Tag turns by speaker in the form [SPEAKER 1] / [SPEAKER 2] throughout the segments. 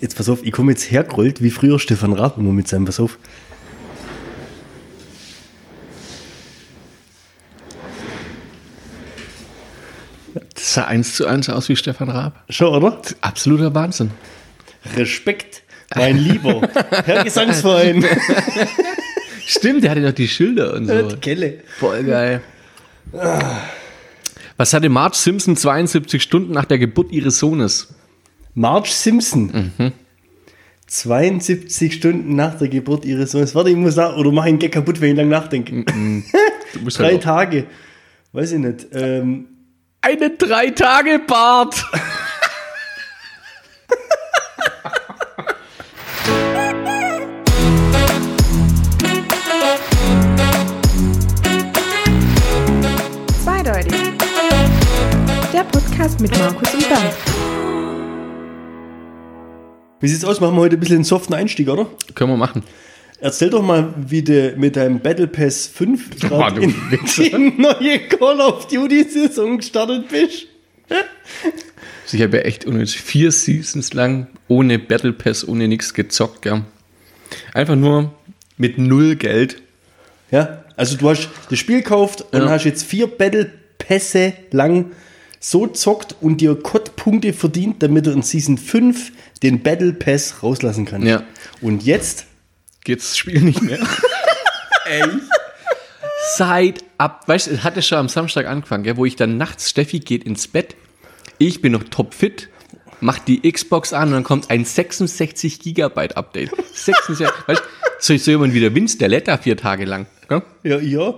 [SPEAKER 1] Jetzt pass auf, ich komme jetzt hergerollt wie früher Stefan Raab immer mit seinem, pass auf.
[SPEAKER 2] Das sah eins zu eins aus wie Stefan Raab.
[SPEAKER 1] Schon, oder?
[SPEAKER 2] Absoluter Wahnsinn.
[SPEAKER 1] Respekt, mein Lieber, Herr Gesangsverein.
[SPEAKER 2] Stimmt, der hatte noch die Schilder und so.
[SPEAKER 1] Die Kelle.
[SPEAKER 2] Voll geil. Was hatte Marge Simpson 72 Stunden nach der Geburt ihres Sohnes?
[SPEAKER 1] Marge Simpson. 72 Stunden nach der Geburt ihres Sohnes. Warte, ich muss nach, oder mach ihn Gag kaputt, wenn ich lang nachdenke.
[SPEAKER 2] Du musst
[SPEAKER 1] Drei
[SPEAKER 2] halt auch-
[SPEAKER 1] Tage. Weiß ich nicht. Ähm,
[SPEAKER 2] Einen Drei-Tage-Bart!
[SPEAKER 3] Zweideutig. Der Podcast mit Markus und Dan.
[SPEAKER 1] wie sieht's aus? Machen wir heute ein bisschen einen soften Einstieg, oder?
[SPEAKER 2] Können wir machen.
[SPEAKER 1] Erzähl doch mal, wie du mit deinem Battle Pass 5
[SPEAKER 2] Boah,
[SPEAKER 1] gerade
[SPEAKER 2] du
[SPEAKER 1] in
[SPEAKER 2] Wichser.
[SPEAKER 1] die neue Call of Duty Saison gestartet bist.
[SPEAKER 2] Also ich habe ja echt unnötig vier Seasons lang ohne Battle Pass, ohne nichts gezockt, gell. Einfach nur mit null Geld.
[SPEAKER 1] Ja, also du hast das Spiel gekauft und
[SPEAKER 2] Ja.
[SPEAKER 1] hast jetzt vier Battle Pässe lang so zockt und dir Kottpunkte verdient, damit du in Season 5 den Battle Pass rauslassen kannst.
[SPEAKER 2] Ja.
[SPEAKER 1] Und jetzt
[SPEAKER 2] Geht's das Spiel nicht mehr. Ey. Seit ab, weißt du, es hat ja schon am Samstag angefangen, gell, wo ich dann nachts, Steffi geht ins Bett, ich bin noch topfit, mach die Xbox an und dann kommt ein 66 Gigabyte Update. 66, weißt du, so, so jemand wie der Vince, der lädt da vier Tage lang, gell?
[SPEAKER 1] ja, ja,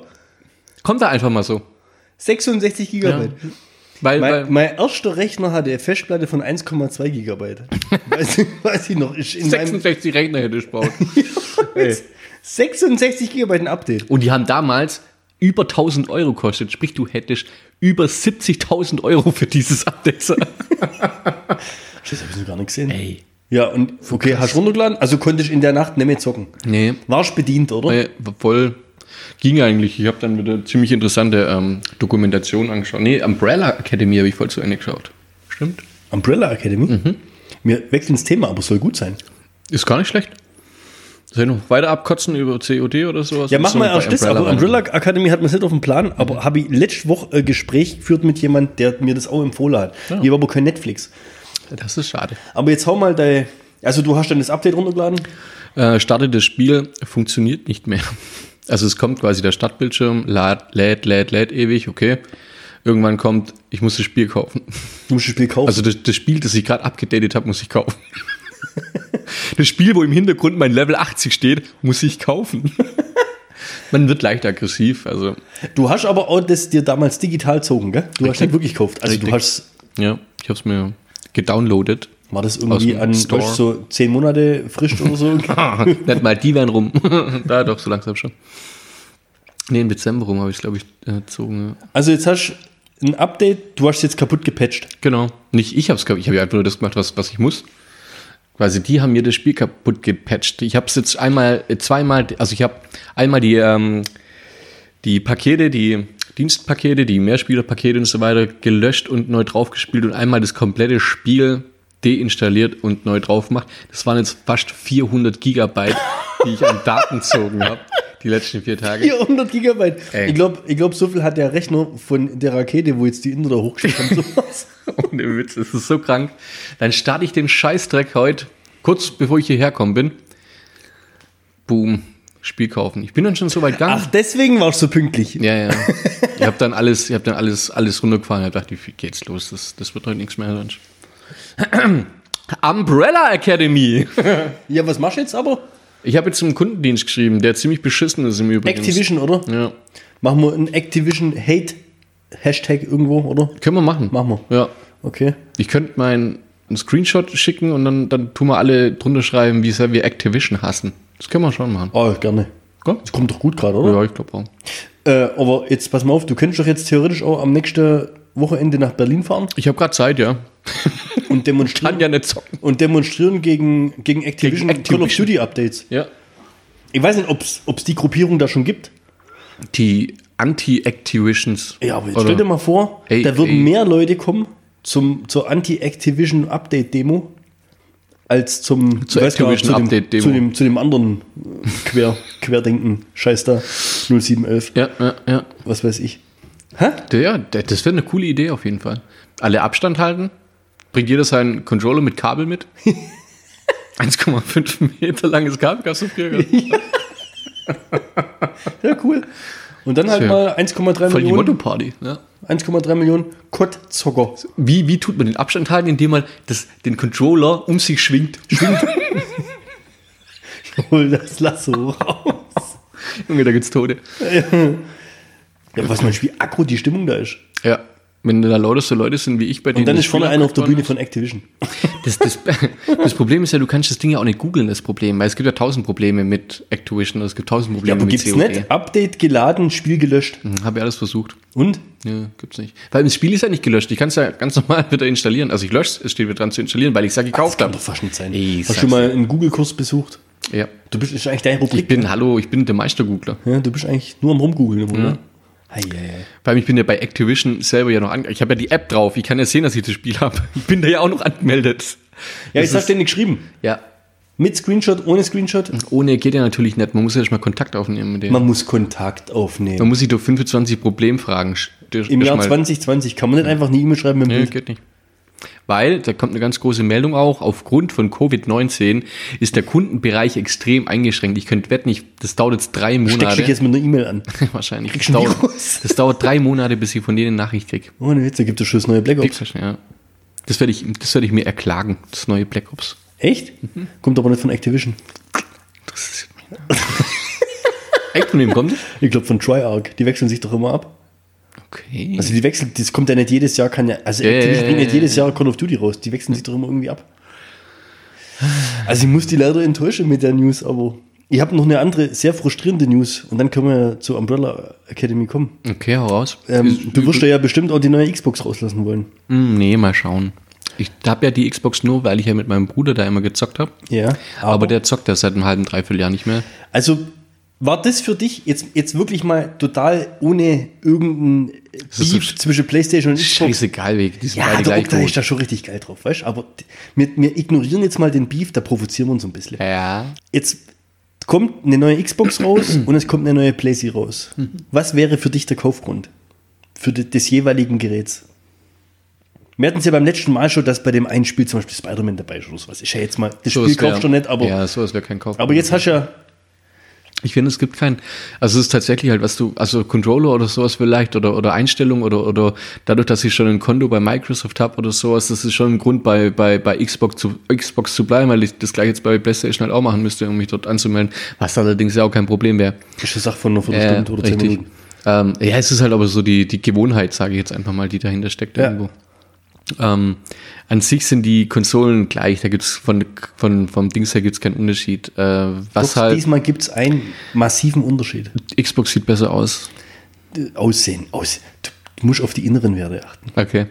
[SPEAKER 2] Kommt da einfach mal so.
[SPEAKER 1] 66 Gigabyte.
[SPEAKER 2] Weil, weil,
[SPEAKER 1] Mein, mein erster Rechner hatte eine Festplatte von 1,2 Gigabyte. weiß, ich- weiß ich noch. Ist in meinem
[SPEAKER 2] 66 Rechner hätte ich braucht.
[SPEAKER 1] 66 Gigabyte ein Update.
[SPEAKER 2] Und die haben damals über 1000 Euro gekostet. Sprich, du hättest über 70.000 Euro für dieses Update.
[SPEAKER 1] Das habe ich noch gar nicht gesehen.
[SPEAKER 2] Ey.
[SPEAKER 1] Ja, und okay, hast du runtergeladen? Also konntest du in der Nacht nicht mehr zocken.
[SPEAKER 2] Nee.
[SPEAKER 1] Warst bedient, oder?
[SPEAKER 2] Äh, voll ging eigentlich. Ich habe dann wieder ziemlich interessante ähm, Dokumentation angeschaut. Nee, Umbrella Academy habe ich voll zu Ende geschaut. Stimmt.
[SPEAKER 1] Umbrella Academy? Wir wechseln das Thema, aber es soll gut sein.
[SPEAKER 2] Ist gar nicht schlecht. Soll ich noch weiter abkotzen über COD oder sowas?
[SPEAKER 1] Ja, mach
[SPEAKER 2] Sonst
[SPEAKER 1] mal
[SPEAKER 2] noch bei
[SPEAKER 1] erst das, aber
[SPEAKER 2] rein.
[SPEAKER 1] Umbrella Academy hat man nicht auf dem Plan, aber
[SPEAKER 2] Mhm.
[SPEAKER 1] habe ich letzte Woche ein Gespräch geführt mit jemand, der mir das auch empfohlen hat.
[SPEAKER 2] Ja.
[SPEAKER 1] Ich habe aber kein Netflix.
[SPEAKER 2] Das ist schade.
[SPEAKER 1] Aber jetzt hau mal dein. Also du hast dann das Update runtergeladen?
[SPEAKER 2] äh, startet das Spiel, funktioniert nicht mehr. Also es kommt quasi der Startbildschirm, lädt, lädt, lädt, lädt ewig, okay. Irgendwann kommt, ich muss das Spiel kaufen.
[SPEAKER 1] Du musst das Spiel kaufen.
[SPEAKER 2] Also das, das Spiel, das ich gerade abgedatet habe, muss ich kaufen. Das Spiel, wo im Hintergrund mein Level 80 steht, muss ich kaufen. Man wird leicht aggressiv, also
[SPEAKER 1] du hast aber auch das dir damals digital zogen, gell? Du hast nicht wirklich gekauft. Also du
[SPEAKER 2] Richtig.
[SPEAKER 1] hast.
[SPEAKER 2] ja, ich habe es mir gedownloadet.
[SPEAKER 1] War das
[SPEAKER 2] Aus
[SPEAKER 1] irgendwie
[SPEAKER 2] dem
[SPEAKER 1] an
[SPEAKER 2] Store.
[SPEAKER 1] weißt du, so zehn Monate frisch oder so?
[SPEAKER 2] Nicht mal die werden rum. da doch, so langsam schon. Nee, im Dezember rum habe ich es, glaube ich, äh, gezogen. Ja.
[SPEAKER 1] also jetzt hast du ein Update, du hast es jetzt kaputt gepatcht.
[SPEAKER 2] Genau. Nicht ich hab's kaputt. Ich habe ja einfach nur das gemacht, was, was ich muss. Quasi, die haben mir das Spiel kaputt gepatcht. Ich habe es jetzt einmal, äh, zweimal, also ich habe einmal die, ähm, die Pakete, die Dienstpakete, die Mehrspielerpakete und so weiter gelöscht und neu draufgespielt und einmal das komplette Spiel deinstalliert und neu drauf gemacht. Das waren jetzt fast 400 Gigabyte, die ich an Daten gezogen habe, die letzten vier Tage.
[SPEAKER 1] 400 Gigabyte.
[SPEAKER 2] Ey.
[SPEAKER 1] Ich glaube, ich glaub, so viel hat der Rechner von der Rakete, wo jetzt die Inder da hochgeschickt haben. sowas.
[SPEAKER 2] Ohne Witz, es ist so krank. Dann starte ich den Scheißdreck heute, kurz bevor ich hierher gekommen bin. Boom, Spiel kaufen. Ich bin dann schon so weit gegangen.
[SPEAKER 1] Ach, deswegen warst du pünktlich.
[SPEAKER 2] Ja, ja. Ich habe dann alles, ich habe dann alles, alles runtergefahren. Ich dachte, wie geht's los? Das, das wird heute nichts mehr. sonst. Umbrella Academy.
[SPEAKER 1] Ja, was machst du jetzt aber?
[SPEAKER 2] Ich habe jetzt zum Kundendienst geschrieben, der ziemlich beschissen ist im Übrigen.
[SPEAKER 1] Activision, oder?
[SPEAKER 2] Ja.
[SPEAKER 1] Machen wir einen Activision Hate Hashtag irgendwo, oder?
[SPEAKER 2] Können wir machen.
[SPEAKER 1] Machen
[SPEAKER 2] wir. Ja.
[SPEAKER 1] Okay.
[SPEAKER 2] Ich könnte meinen Screenshot schicken und dann, dann tun wir alle drunter schreiben, wie sehr wir Activision hassen. Das können wir schon machen.
[SPEAKER 1] Oh, gerne.
[SPEAKER 2] Gell?
[SPEAKER 1] Das kommt doch gut gerade, oder?
[SPEAKER 2] Ja, ich glaube auch.
[SPEAKER 1] Äh, aber jetzt pass mal auf, du könntest doch jetzt theoretisch auch am nächsten Wochenende nach Berlin fahren
[SPEAKER 2] Ich habe gerade Zeit, ja.
[SPEAKER 1] und demonstrieren,
[SPEAKER 2] Kann ja nicht zocken.
[SPEAKER 1] und demonstrieren gegen, gegen Activision,
[SPEAKER 2] Gegen
[SPEAKER 1] Call of
[SPEAKER 2] Activision.
[SPEAKER 1] Duty Updates.
[SPEAKER 2] Ja.
[SPEAKER 1] Ich weiß nicht, ob es die Gruppierung da schon gibt.
[SPEAKER 2] Die Anti-Activisions.
[SPEAKER 1] Ja, aber jetzt
[SPEAKER 2] Oder-
[SPEAKER 1] stell dir mal vor,
[SPEAKER 2] Ey,
[SPEAKER 1] da würden
[SPEAKER 2] ey.
[SPEAKER 1] mehr Leute kommen zum, zur Anti-Activision-Update-Demo, als zum
[SPEAKER 2] Zur
[SPEAKER 1] weiß gar nicht, zu,
[SPEAKER 2] Activision
[SPEAKER 1] dem,
[SPEAKER 2] Update-Demo.
[SPEAKER 1] zu, dem, zu dem anderen äh, Quer, Querdenken, Scheiß da, 0711,
[SPEAKER 2] Ja, ja, ja.
[SPEAKER 1] was weiß ich. Hä?
[SPEAKER 2] Ja, d- das wäre eine coole Idee auf jeden Fall. Alle Abstand halten. Bringt jeder seinen Controller mit Kabel mit. 1,5 Meter langes Kabel gab's so früher. gell?
[SPEAKER 1] Ja, cool. Und dann halt
[SPEAKER 2] Tja.
[SPEAKER 1] mal 1,3
[SPEAKER 2] Voll die
[SPEAKER 1] Millionen,
[SPEAKER 2] Motto-Party. Ja.
[SPEAKER 1] 1,3 Millionen Kottzocker.
[SPEAKER 2] Wie, wie tut man den Abstand halten, indem man das, den Controller um sich schwingt?
[SPEAKER 1] Hol das Lasso raus.
[SPEAKER 2] Junge, da gibt's Tode.
[SPEAKER 1] Ja, was mein Spiel, aggro die Stimmung da ist.
[SPEAKER 2] Ja. Wenn da lauter so Leute sind wie ich, bei denen.
[SPEAKER 1] Und dann
[SPEAKER 2] das
[SPEAKER 1] ist vorne
[SPEAKER 2] Spiel
[SPEAKER 1] einer auf der
[SPEAKER 2] abgefahren
[SPEAKER 1] Bühne
[SPEAKER 2] ist.
[SPEAKER 1] von Activision.
[SPEAKER 2] Das, das, das Problem ist ja, du kannst das Ding ja auch nicht googeln, das Problem, weil es gibt ja tausend Probleme mit Activision, es gibt tausend
[SPEAKER 1] Ja,
[SPEAKER 2] Probleme
[SPEAKER 1] aber
[SPEAKER 2] mit E.
[SPEAKER 1] gibt's nicht. Update geladen, Spiel gelöscht.
[SPEAKER 2] Hm, Hab ich alles versucht.
[SPEAKER 1] Und?
[SPEAKER 2] Ja, gibt's nicht. Weil das Spiel ist ja nicht gelöscht. Ich kann es ja ganz normal wieder installieren. Also ich lösche es, es steht wieder dran zu installieren, weil ich es ja gekauft
[SPEAKER 1] Kann
[SPEAKER 2] habe.
[SPEAKER 1] doch fast nicht sein.
[SPEAKER 2] Ey,
[SPEAKER 1] Hast
[SPEAKER 2] sag's
[SPEAKER 1] du mal einen Google-Kurs besucht?
[SPEAKER 2] Ja.
[SPEAKER 1] Du bist das ist eigentlich deine Rubrik.
[SPEAKER 2] Ich bin, hallo, ich bin der Meistergoogler.
[SPEAKER 1] Ja, du bist eigentlich nur am Rumgoogeln, oder? Ei, ei,
[SPEAKER 2] Vor allem, ich bin ja bei Activision selber ja noch an. Ich habe ja die App drauf. Ich kann ja sehen, dass ich das Spiel habe. Ich bin da ja auch noch angemeldet.
[SPEAKER 1] ei. Ja,
[SPEAKER 2] Das
[SPEAKER 1] ich hab
[SPEAKER 2] ist-
[SPEAKER 1] dir nicht geschrieben.
[SPEAKER 2] Ja.
[SPEAKER 1] Mit Screenshot, ohne Screenshot.
[SPEAKER 2] Ohne geht ja natürlich nicht. Man muss ja erstmal Kontakt aufnehmen mit denen. Man,
[SPEAKER 1] Man muss Kontakt aufnehmen.
[SPEAKER 2] muss sich doch 25 Problemfragen sch- sch-
[SPEAKER 1] Im Jahr
[SPEAKER 2] schmeißen.
[SPEAKER 1] 2020 kann man nicht einfach eine E-Mail schreiben mit dem
[SPEAKER 2] Nee,
[SPEAKER 1] Bild.
[SPEAKER 2] geht nicht. Hm. Weil, da kommt eine ganz große Meldung auch, aufgrund von Covid-19 ist der Kundenbereich extrem eingeschränkt. Ich könnte wetten, ich, das dauert jetzt drei
[SPEAKER 1] Steckst
[SPEAKER 2] Monate.
[SPEAKER 1] dich jetzt mit einer E-Mail an.
[SPEAKER 2] wahrscheinlich. Das
[SPEAKER 1] kriegst ein
[SPEAKER 2] dauert,
[SPEAKER 1] Virus.
[SPEAKER 2] das dauert drei Monate, bis ich von denen eine Nachricht kriege.
[SPEAKER 1] Ohne Witz, da gibt es schon das neue Black Ops.
[SPEAKER 2] Ja. Das werde ich, das werde ich mir erklagen, das neue Black Ops.
[SPEAKER 1] Echt?
[SPEAKER 2] Mhm.
[SPEAKER 1] Kommt aber nicht von Activision.
[SPEAKER 2] Das ist Echt, von wem kommt das?
[SPEAKER 1] Ich glaube von Triarch. Die wechseln sich doch immer ab.
[SPEAKER 2] Okay.
[SPEAKER 1] Also die wechseln, das kommt ja nicht jedes Jahr, kann ja, also
[SPEAKER 2] Ja,
[SPEAKER 1] Activision
[SPEAKER 2] ja, ja,
[SPEAKER 1] bringt nicht
[SPEAKER 2] ja,
[SPEAKER 1] jedes Jahr Call of Duty raus. Die wechseln sich doch immer irgendwie ab. Also ich muss die leider enttäuschen mit der News, aber ich habe noch eine andere, sehr frustrierende News und dann können wir zu Umbrella Academy kommen.
[SPEAKER 2] okay, hau raus.
[SPEAKER 1] Ähm,
[SPEAKER 2] Ist-
[SPEAKER 1] du wirst ja bestimmt auch die neue Xbox rauslassen wollen.
[SPEAKER 2] Hm, nee, mal schauen. Ich habe ja die Xbox nur, weil ich ja mit meinem Bruder da immer gezockt habe.
[SPEAKER 1] Ja.
[SPEAKER 2] Aber, der zockt ja seit einem halben, dreiviertel Jahr nicht mehr.
[SPEAKER 1] Also war das für dich jetzt, jetzt wirklich mal total ohne irgendeinen
[SPEAKER 2] ist so
[SPEAKER 1] Beef zwischen PlayStation und Xbox?
[SPEAKER 2] Scheißegal, wie die sind
[SPEAKER 1] Ja,
[SPEAKER 2] beide
[SPEAKER 1] der
[SPEAKER 2] gleich
[SPEAKER 1] Okta ist
[SPEAKER 2] groß.
[SPEAKER 1] da schon richtig geil drauf, weißt du? Aber d- wir, wir ignorieren jetzt mal den Beef, da provozieren wir uns ein bisschen.
[SPEAKER 2] Ja.
[SPEAKER 1] Jetzt kommt eine neue Xbox raus und es kommt eine neue PlayStation raus.
[SPEAKER 2] Mhm.
[SPEAKER 1] Was wäre für dich der Kaufgrund? Für de- des jeweiligen Geräts? Wir hatten es ja beim letzten Mal schon, dass bei dem einen Spiel zum Beispiel Spider-Man dabei ist. oder sowas. Ist ja jetzt mal, das Spiel kaufst du nicht, aber,
[SPEAKER 2] Ja, sowas wäre kein Kauf.
[SPEAKER 1] aber jetzt hast du ja.
[SPEAKER 2] Ich finde, es gibt kein, also es ist tatsächlich halt, was du, also Controller oder sowas vielleicht oder, oder Einstellung oder, oder dadurch, dass ich schon ein Konto bei Microsoft habe oder sowas, das ist schon ein Grund bei, bei, bei Xbox zu, Xbox zu bleiben, weil ich das gleich jetzt bei PlayStation halt auch machen müsste, um mich dort anzumelden, was allerdings ja auch kein Problem wäre.
[SPEAKER 1] Das ist eine Sache von einer
[SPEAKER 2] Ja,
[SPEAKER 1] Viertelstunde oder zehn
[SPEAKER 2] Äh, richtig.
[SPEAKER 1] Minuten.
[SPEAKER 2] Ähm, ja, es ist halt aber so die, die Gewohnheit, sage ich jetzt einfach mal, die dahinter steckt
[SPEAKER 1] Ja.
[SPEAKER 2] irgendwo. Ähm, an sich sind die Konsolen gleich, da gibt's von, von, vom Dings her gibt's keinen Unterschied. Äh, was
[SPEAKER 1] Doch,
[SPEAKER 2] halt,
[SPEAKER 1] Diesmal gibt es einen massiven Unterschied.
[SPEAKER 2] Xbox sieht besser aus.
[SPEAKER 1] Aussehen. Aussehen. Du musst auf die inneren Werte achten.
[SPEAKER 2] Okay.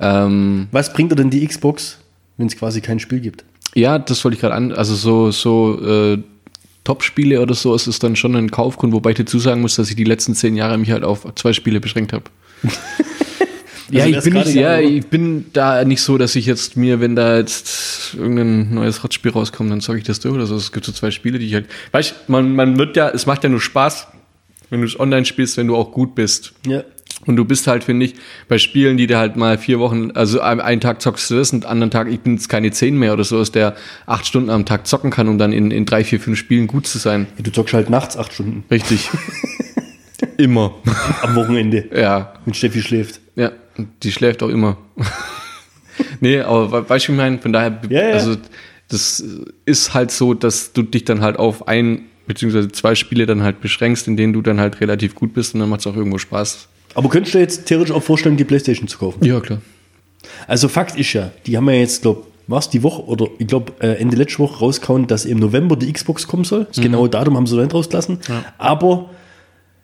[SPEAKER 2] Ähm,
[SPEAKER 1] Was bringt dir denn die Xbox, wenn es quasi kein Spiel gibt?
[SPEAKER 2] ja, das wollte ich gerade an. Also so, so äh, Top-Spiele oder so, es ist dann schon ein Kaufgrund, wobei ich dazu sagen muss, dass ich die letzten zehn Jahre mich halt auf zwei Spiele beschränkt habe. ja,
[SPEAKER 1] Also
[SPEAKER 2] ich
[SPEAKER 1] wär's
[SPEAKER 2] bin,
[SPEAKER 1] gerade
[SPEAKER 2] nicht, ja
[SPEAKER 1] egal, oder?
[SPEAKER 2] ich bin da nicht so, dass ich jetzt mir, wenn da jetzt irgendein neues Radspiel rauskommt, dann zocke ich das durch oder so. Es gibt so zwei Spiele, die ich halt. Weißt du, man, man wird ja, es macht ja nur Spaß, wenn du es online spielst, wenn du auch gut bist.
[SPEAKER 1] Ja.
[SPEAKER 2] Und du bist halt, finde ich, bei Spielen, die du halt mal vier Wochen, also am- einen Tag zockst du das und anderen Tag, ich bin jetzt keine zehn mehr oder so, ist der acht Stunden am Tag zocken kann, um dann in, in drei, vier, fünf Spielen gut zu sein.
[SPEAKER 1] Du zockst halt nachts acht Stunden
[SPEAKER 2] Richtig. immer.
[SPEAKER 1] am Wochenende,
[SPEAKER 2] Ja,
[SPEAKER 1] wenn Steffi schläft.
[SPEAKER 2] ja. Die schläft auch immer. nee, aber we- weißt du, wie ich meine, von daher,
[SPEAKER 1] Ja, ja.
[SPEAKER 2] also das ist halt so, dass du dich dann halt auf ein beziehungsweise zwei Spiele dann halt beschränkst, in denen du dann halt relativ gut bist und dann macht es auch irgendwo Spaß.
[SPEAKER 1] Aber könntest du dir jetzt theoretisch auch vorstellen, die Playstation zu kaufen?
[SPEAKER 2] Ja, klar.
[SPEAKER 1] Also Fakt ist ja, die haben ja jetzt, glaube was die Woche oder ich glaube äh, Ende letzte Woche rauskauen, dass im November die Xbox kommen soll. Das genaue Datum haben sie noch nicht rausgelassen. Aber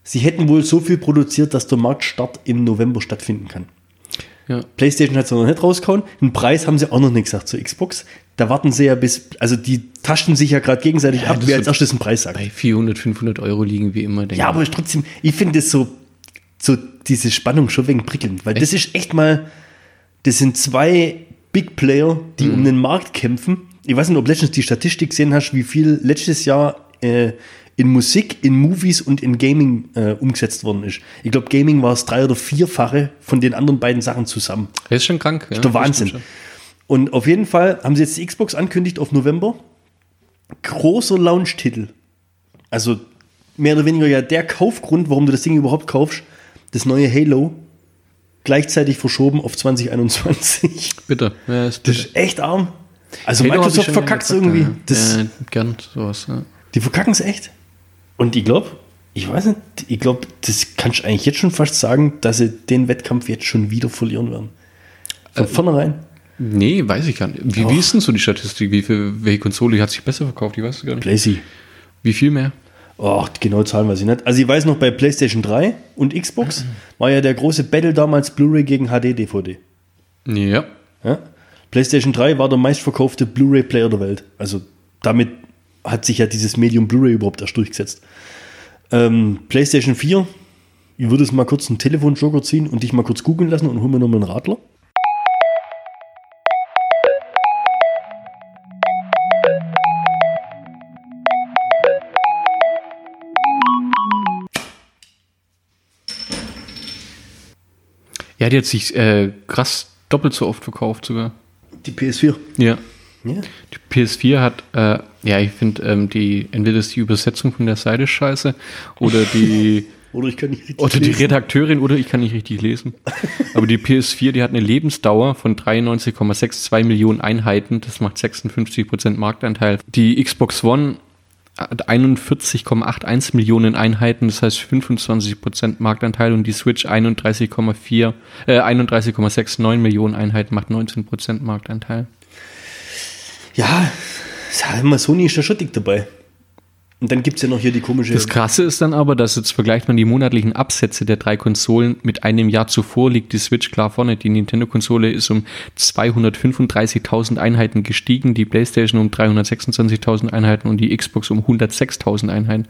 [SPEAKER 1] sie hätten wohl so viel produziert, dass der Marktstart im November stattfinden kann.
[SPEAKER 2] Ja.
[SPEAKER 1] PlayStation hat sie noch nicht rausgehauen. Einen Preis haben sie auch noch nicht gesagt zur Xbox. Da warten sie ja bis, also die taschen sich ja gerade gegenseitig ab,
[SPEAKER 2] das
[SPEAKER 1] wer
[SPEAKER 2] wird-
[SPEAKER 1] als erstes einen Preis sagt.
[SPEAKER 2] Bei 400, 500 Euro liegen wie immer, denke
[SPEAKER 1] Ja, aber ist trotzdem, ich finde es so, so diese Spannung schon wegen prickelnd, weil das ist echt mal, das sind zwei Big Player, die um den Markt kämpfen, Ich weiß nicht, ob letztens die Statistik gesehen hast, wie viel letztes Jahr äh, in Musik, in Movies und in Gaming äh, umgesetzt worden ist. Ich glaube, Gaming war es drei- oder vierfache von den anderen beiden Sachen zusammen.
[SPEAKER 2] Er ist schon krank.
[SPEAKER 1] Das ist der Wahnsinn. Und auf jeden Fall haben sie jetzt die Xbox angekündigt auf November. Großer Launch-Titel. Also mehr oder weniger ja der Kaufgrund, warum du das Ding überhaupt kaufst. Das neue Halo. Gleichzeitig verschoben auf 2021.
[SPEAKER 2] Bitte. Ja, ist
[SPEAKER 1] Das
[SPEAKER 2] bitte.
[SPEAKER 1] ist echt arm. Also
[SPEAKER 2] Halo hab ich
[SPEAKER 1] Microsoft
[SPEAKER 2] schon
[SPEAKER 1] verkackt es
[SPEAKER 2] gesagt,
[SPEAKER 1] irgendwie.
[SPEAKER 2] Ja. Äh.
[SPEAKER 1] Das,
[SPEAKER 2] ja, gern sowas. Ja.
[SPEAKER 1] Die verkacken es echt. Und ich glaube, ich weiß nicht, ich glaube, das kannst du eigentlich jetzt schon fast sagen, dass sie den Wettkampf jetzt schon wieder verlieren werden.
[SPEAKER 2] Äh,
[SPEAKER 1] Von vornherein.
[SPEAKER 2] Nee, weiß ich gar nicht. Wie, wie ist denn so die Statistik? Wie viel, welche Konsole hat sich besser verkauft? Die weißt du gar nicht.
[SPEAKER 1] Lazy.
[SPEAKER 2] Wie viel mehr?
[SPEAKER 1] Oh, genau Zahlen weiß ich nicht. Also ich weiß noch, bei PlayStation 3 und
[SPEAKER 2] Mhm.
[SPEAKER 1] Xbox war ja der große Battle damals Blu-ray gegen HD-DVD.
[SPEAKER 2] Ja.
[SPEAKER 1] Ja? PlayStation 3 war der meistverkaufte Blu-ray-Player der Welt. Also damit hat sich ja dieses Medium Blu-ray überhaupt erst durchgesetzt. Ähm, PlayStation 4, ich würde es mal kurz einen Telefonjoker ziehen und dich mal kurz googeln lassen und hol mir nochmal einen Radler.
[SPEAKER 2] Ja, die hat sich äh, krass doppelt so oft verkauft sogar.
[SPEAKER 1] Die PS4.
[SPEAKER 2] Ja.
[SPEAKER 1] Ja.
[SPEAKER 2] Die PS4 hat, äh, ja, ich finde, ähm, die, entweder ist die Übersetzung von der Seite scheiße oder die,
[SPEAKER 1] Oder ich kann nicht richtig
[SPEAKER 2] oder die
[SPEAKER 1] lesen.
[SPEAKER 2] Redakteurin oder ich kann nicht richtig lesen. Aber die PS4, die hat eine Lebensdauer von 93,62 Millionen Einheiten. Das macht 56 Prozent Marktanteil. Die Xbox One hat 41,81 Millionen Einheiten, das heißt 25 Prozent Marktanteil und die Switch 31,4, äh, 31,69 Millionen Einheiten macht 19 Prozent Marktanteil.
[SPEAKER 1] Ja, sag mal, Sony ist da schon dick dabei. Und dann gibt es ja noch hier die komische.
[SPEAKER 2] Das Krasse ist dann aber, dass jetzt vergleicht man die monatlichen Absätze der drei Konsolen mit einem Jahr zuvor liegt die Switch klar vorne. Die Nintendo-Konsole ist um 235.000 Einheiten gestiegen, die PlayStation um 326.000 Einheiten und die Xbox um 106.000 Einheiten.